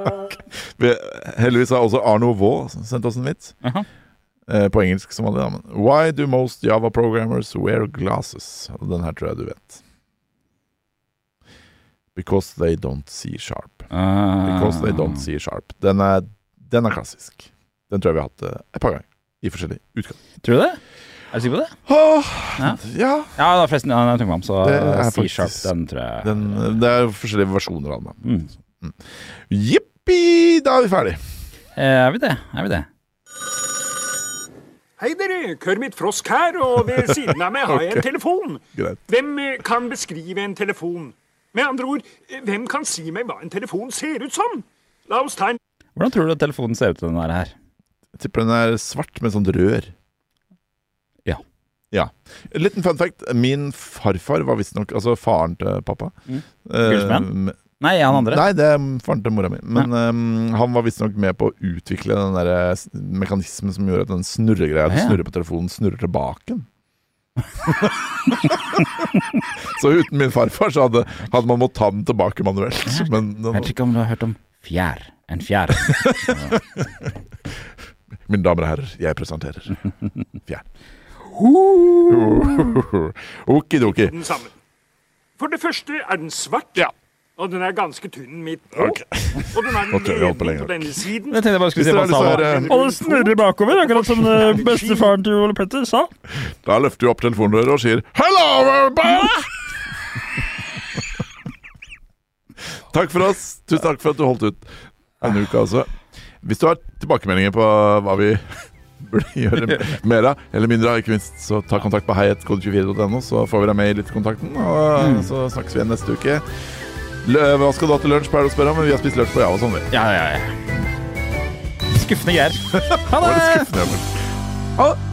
Speaker 1: Ok. vi, heldigvis har også Arno Vaux sendt oss en vits.
Speaker 2: Jaha.
Speaker 1: Eh, på engelsk, som vanlig. da, men Why do most Java programmers wear glasses? Og den her tror jeg du vet. Because they don't see sharp. Because they don't see sharp. Den er, den er klassisk. Den tror jeg vi har hatt eh, et par ganger i forskjellige utgaver.
Speaker 2: Ah, Tror du det? Er du sikker på det?
Speaker 1: Åh,
Speaker 2: Ja.
Speaker 1: ja.
Speaker 2: Ja, det er forresten ja, den er tungvam, så
Speaker 1: Det er
Speaker 2: C-sharp,
Speaker 1: faktisk-
Speaker 2: den tror jeg
Speaker 1: Den, det er forskjellige versjoner av den.
Speaker 2: Mm.
Speaker 1: Jippi, da er vi ferdig.
Speaker 2: Eh, Er vi det? Er vi det?
Speaker 7: Hei dere, Kermit Frosk her, og ved siden av meg har jeg en telefon.
Speaker 1: Greit.
Speaker 7: Hvem eh, kan beskrive en telefon? Med andre ord, eh, hvem kan si meg hva en telefon ser ut som? La oss ta en
Speaker 2: Hvordan tror du at telefonen ser ut til den der her?
Speaker 1: Jeg tipper den er svart med sånt rør.
Speaker 2: Ja.
Speaker 1: Ja. En liten fun fact. Min farfar var visstnok Altså faren til pappa.
Speaker 2: Mm.
Speaker 1: Eh,
Speaker 2: Gullsmeden? Nei, han andre.
Speaker 1: Mm, Nei, det er faren til mora mi. Men ehm, han var visstnok med på å utvikle den der eh, s- mekanismen som gjorde at den snurregreia
Speaker 2: Ja,
Speaker 1: du
Speaker 2: ja.
Speaker 1: snurrer på telefonen, snurrer tilbake. så uten min farfar så hadde, hadde man måttet ta den tilbake manuelt. Men
Speaker 2: Jeg vet
Speaker 1: den,
Speaker 2: ikke om du har hørt om fjær. En fjær.
Speaker 1: mine damer og herrer, jeg presenterer Fjern. Okidoki.
Speaker 7: den sammen. For det første er den svart, og den er ganske tynn midt på.
Speaker 1: Ok.
Speaker 7: Og den har
Speaker 1: Nå
Speaker 7: en
Speaker 1: tør jeg holde på
Speaker 7: ledning
Speaker 1: lenger.
Speaker 7: på denne siden.
Speaker 2: Jeg tenkte jeg bare skulle
Speaker 1: Hvis
Speaker 2: si
Speaker 1: dere
Speaker 2: hva
Speaker 1: har
Speaker 2: han sa.
Speaker 1: lyst til
Speaker 2: da.
Speaker 1: å høre
Speaker 7: Og den snurrer
Speaker 2: bakover, akkurat som
Speaker 7: eh, bestefaren
Speaker 2: til Ole Petter sa.
Speaker 1: Da løfter vi opp telefonrøret og sier Hello, everybody! takk for oss. Tusen takk for at du holdt ut denne uka også. Hvis du har tilbakemeldinger på hva vi burde gjøre mer av, eller mindre av, ikke minst, så ta kontakt på heiatkode24.no, så får vi deg med i lyttekontakten. Og så snakkes vi igjen neste uke. Lø hva skal du ha til lunsj, pleier du å spørre om, men vi har spist lunsj på Java sånn, vi.
Speaker 2: Ja, ja, ja. Skuffende greier. Ha
Speaker 1: Det
Speaker 2: det!
Speaker 1: var litt skuffende, men. Ha det!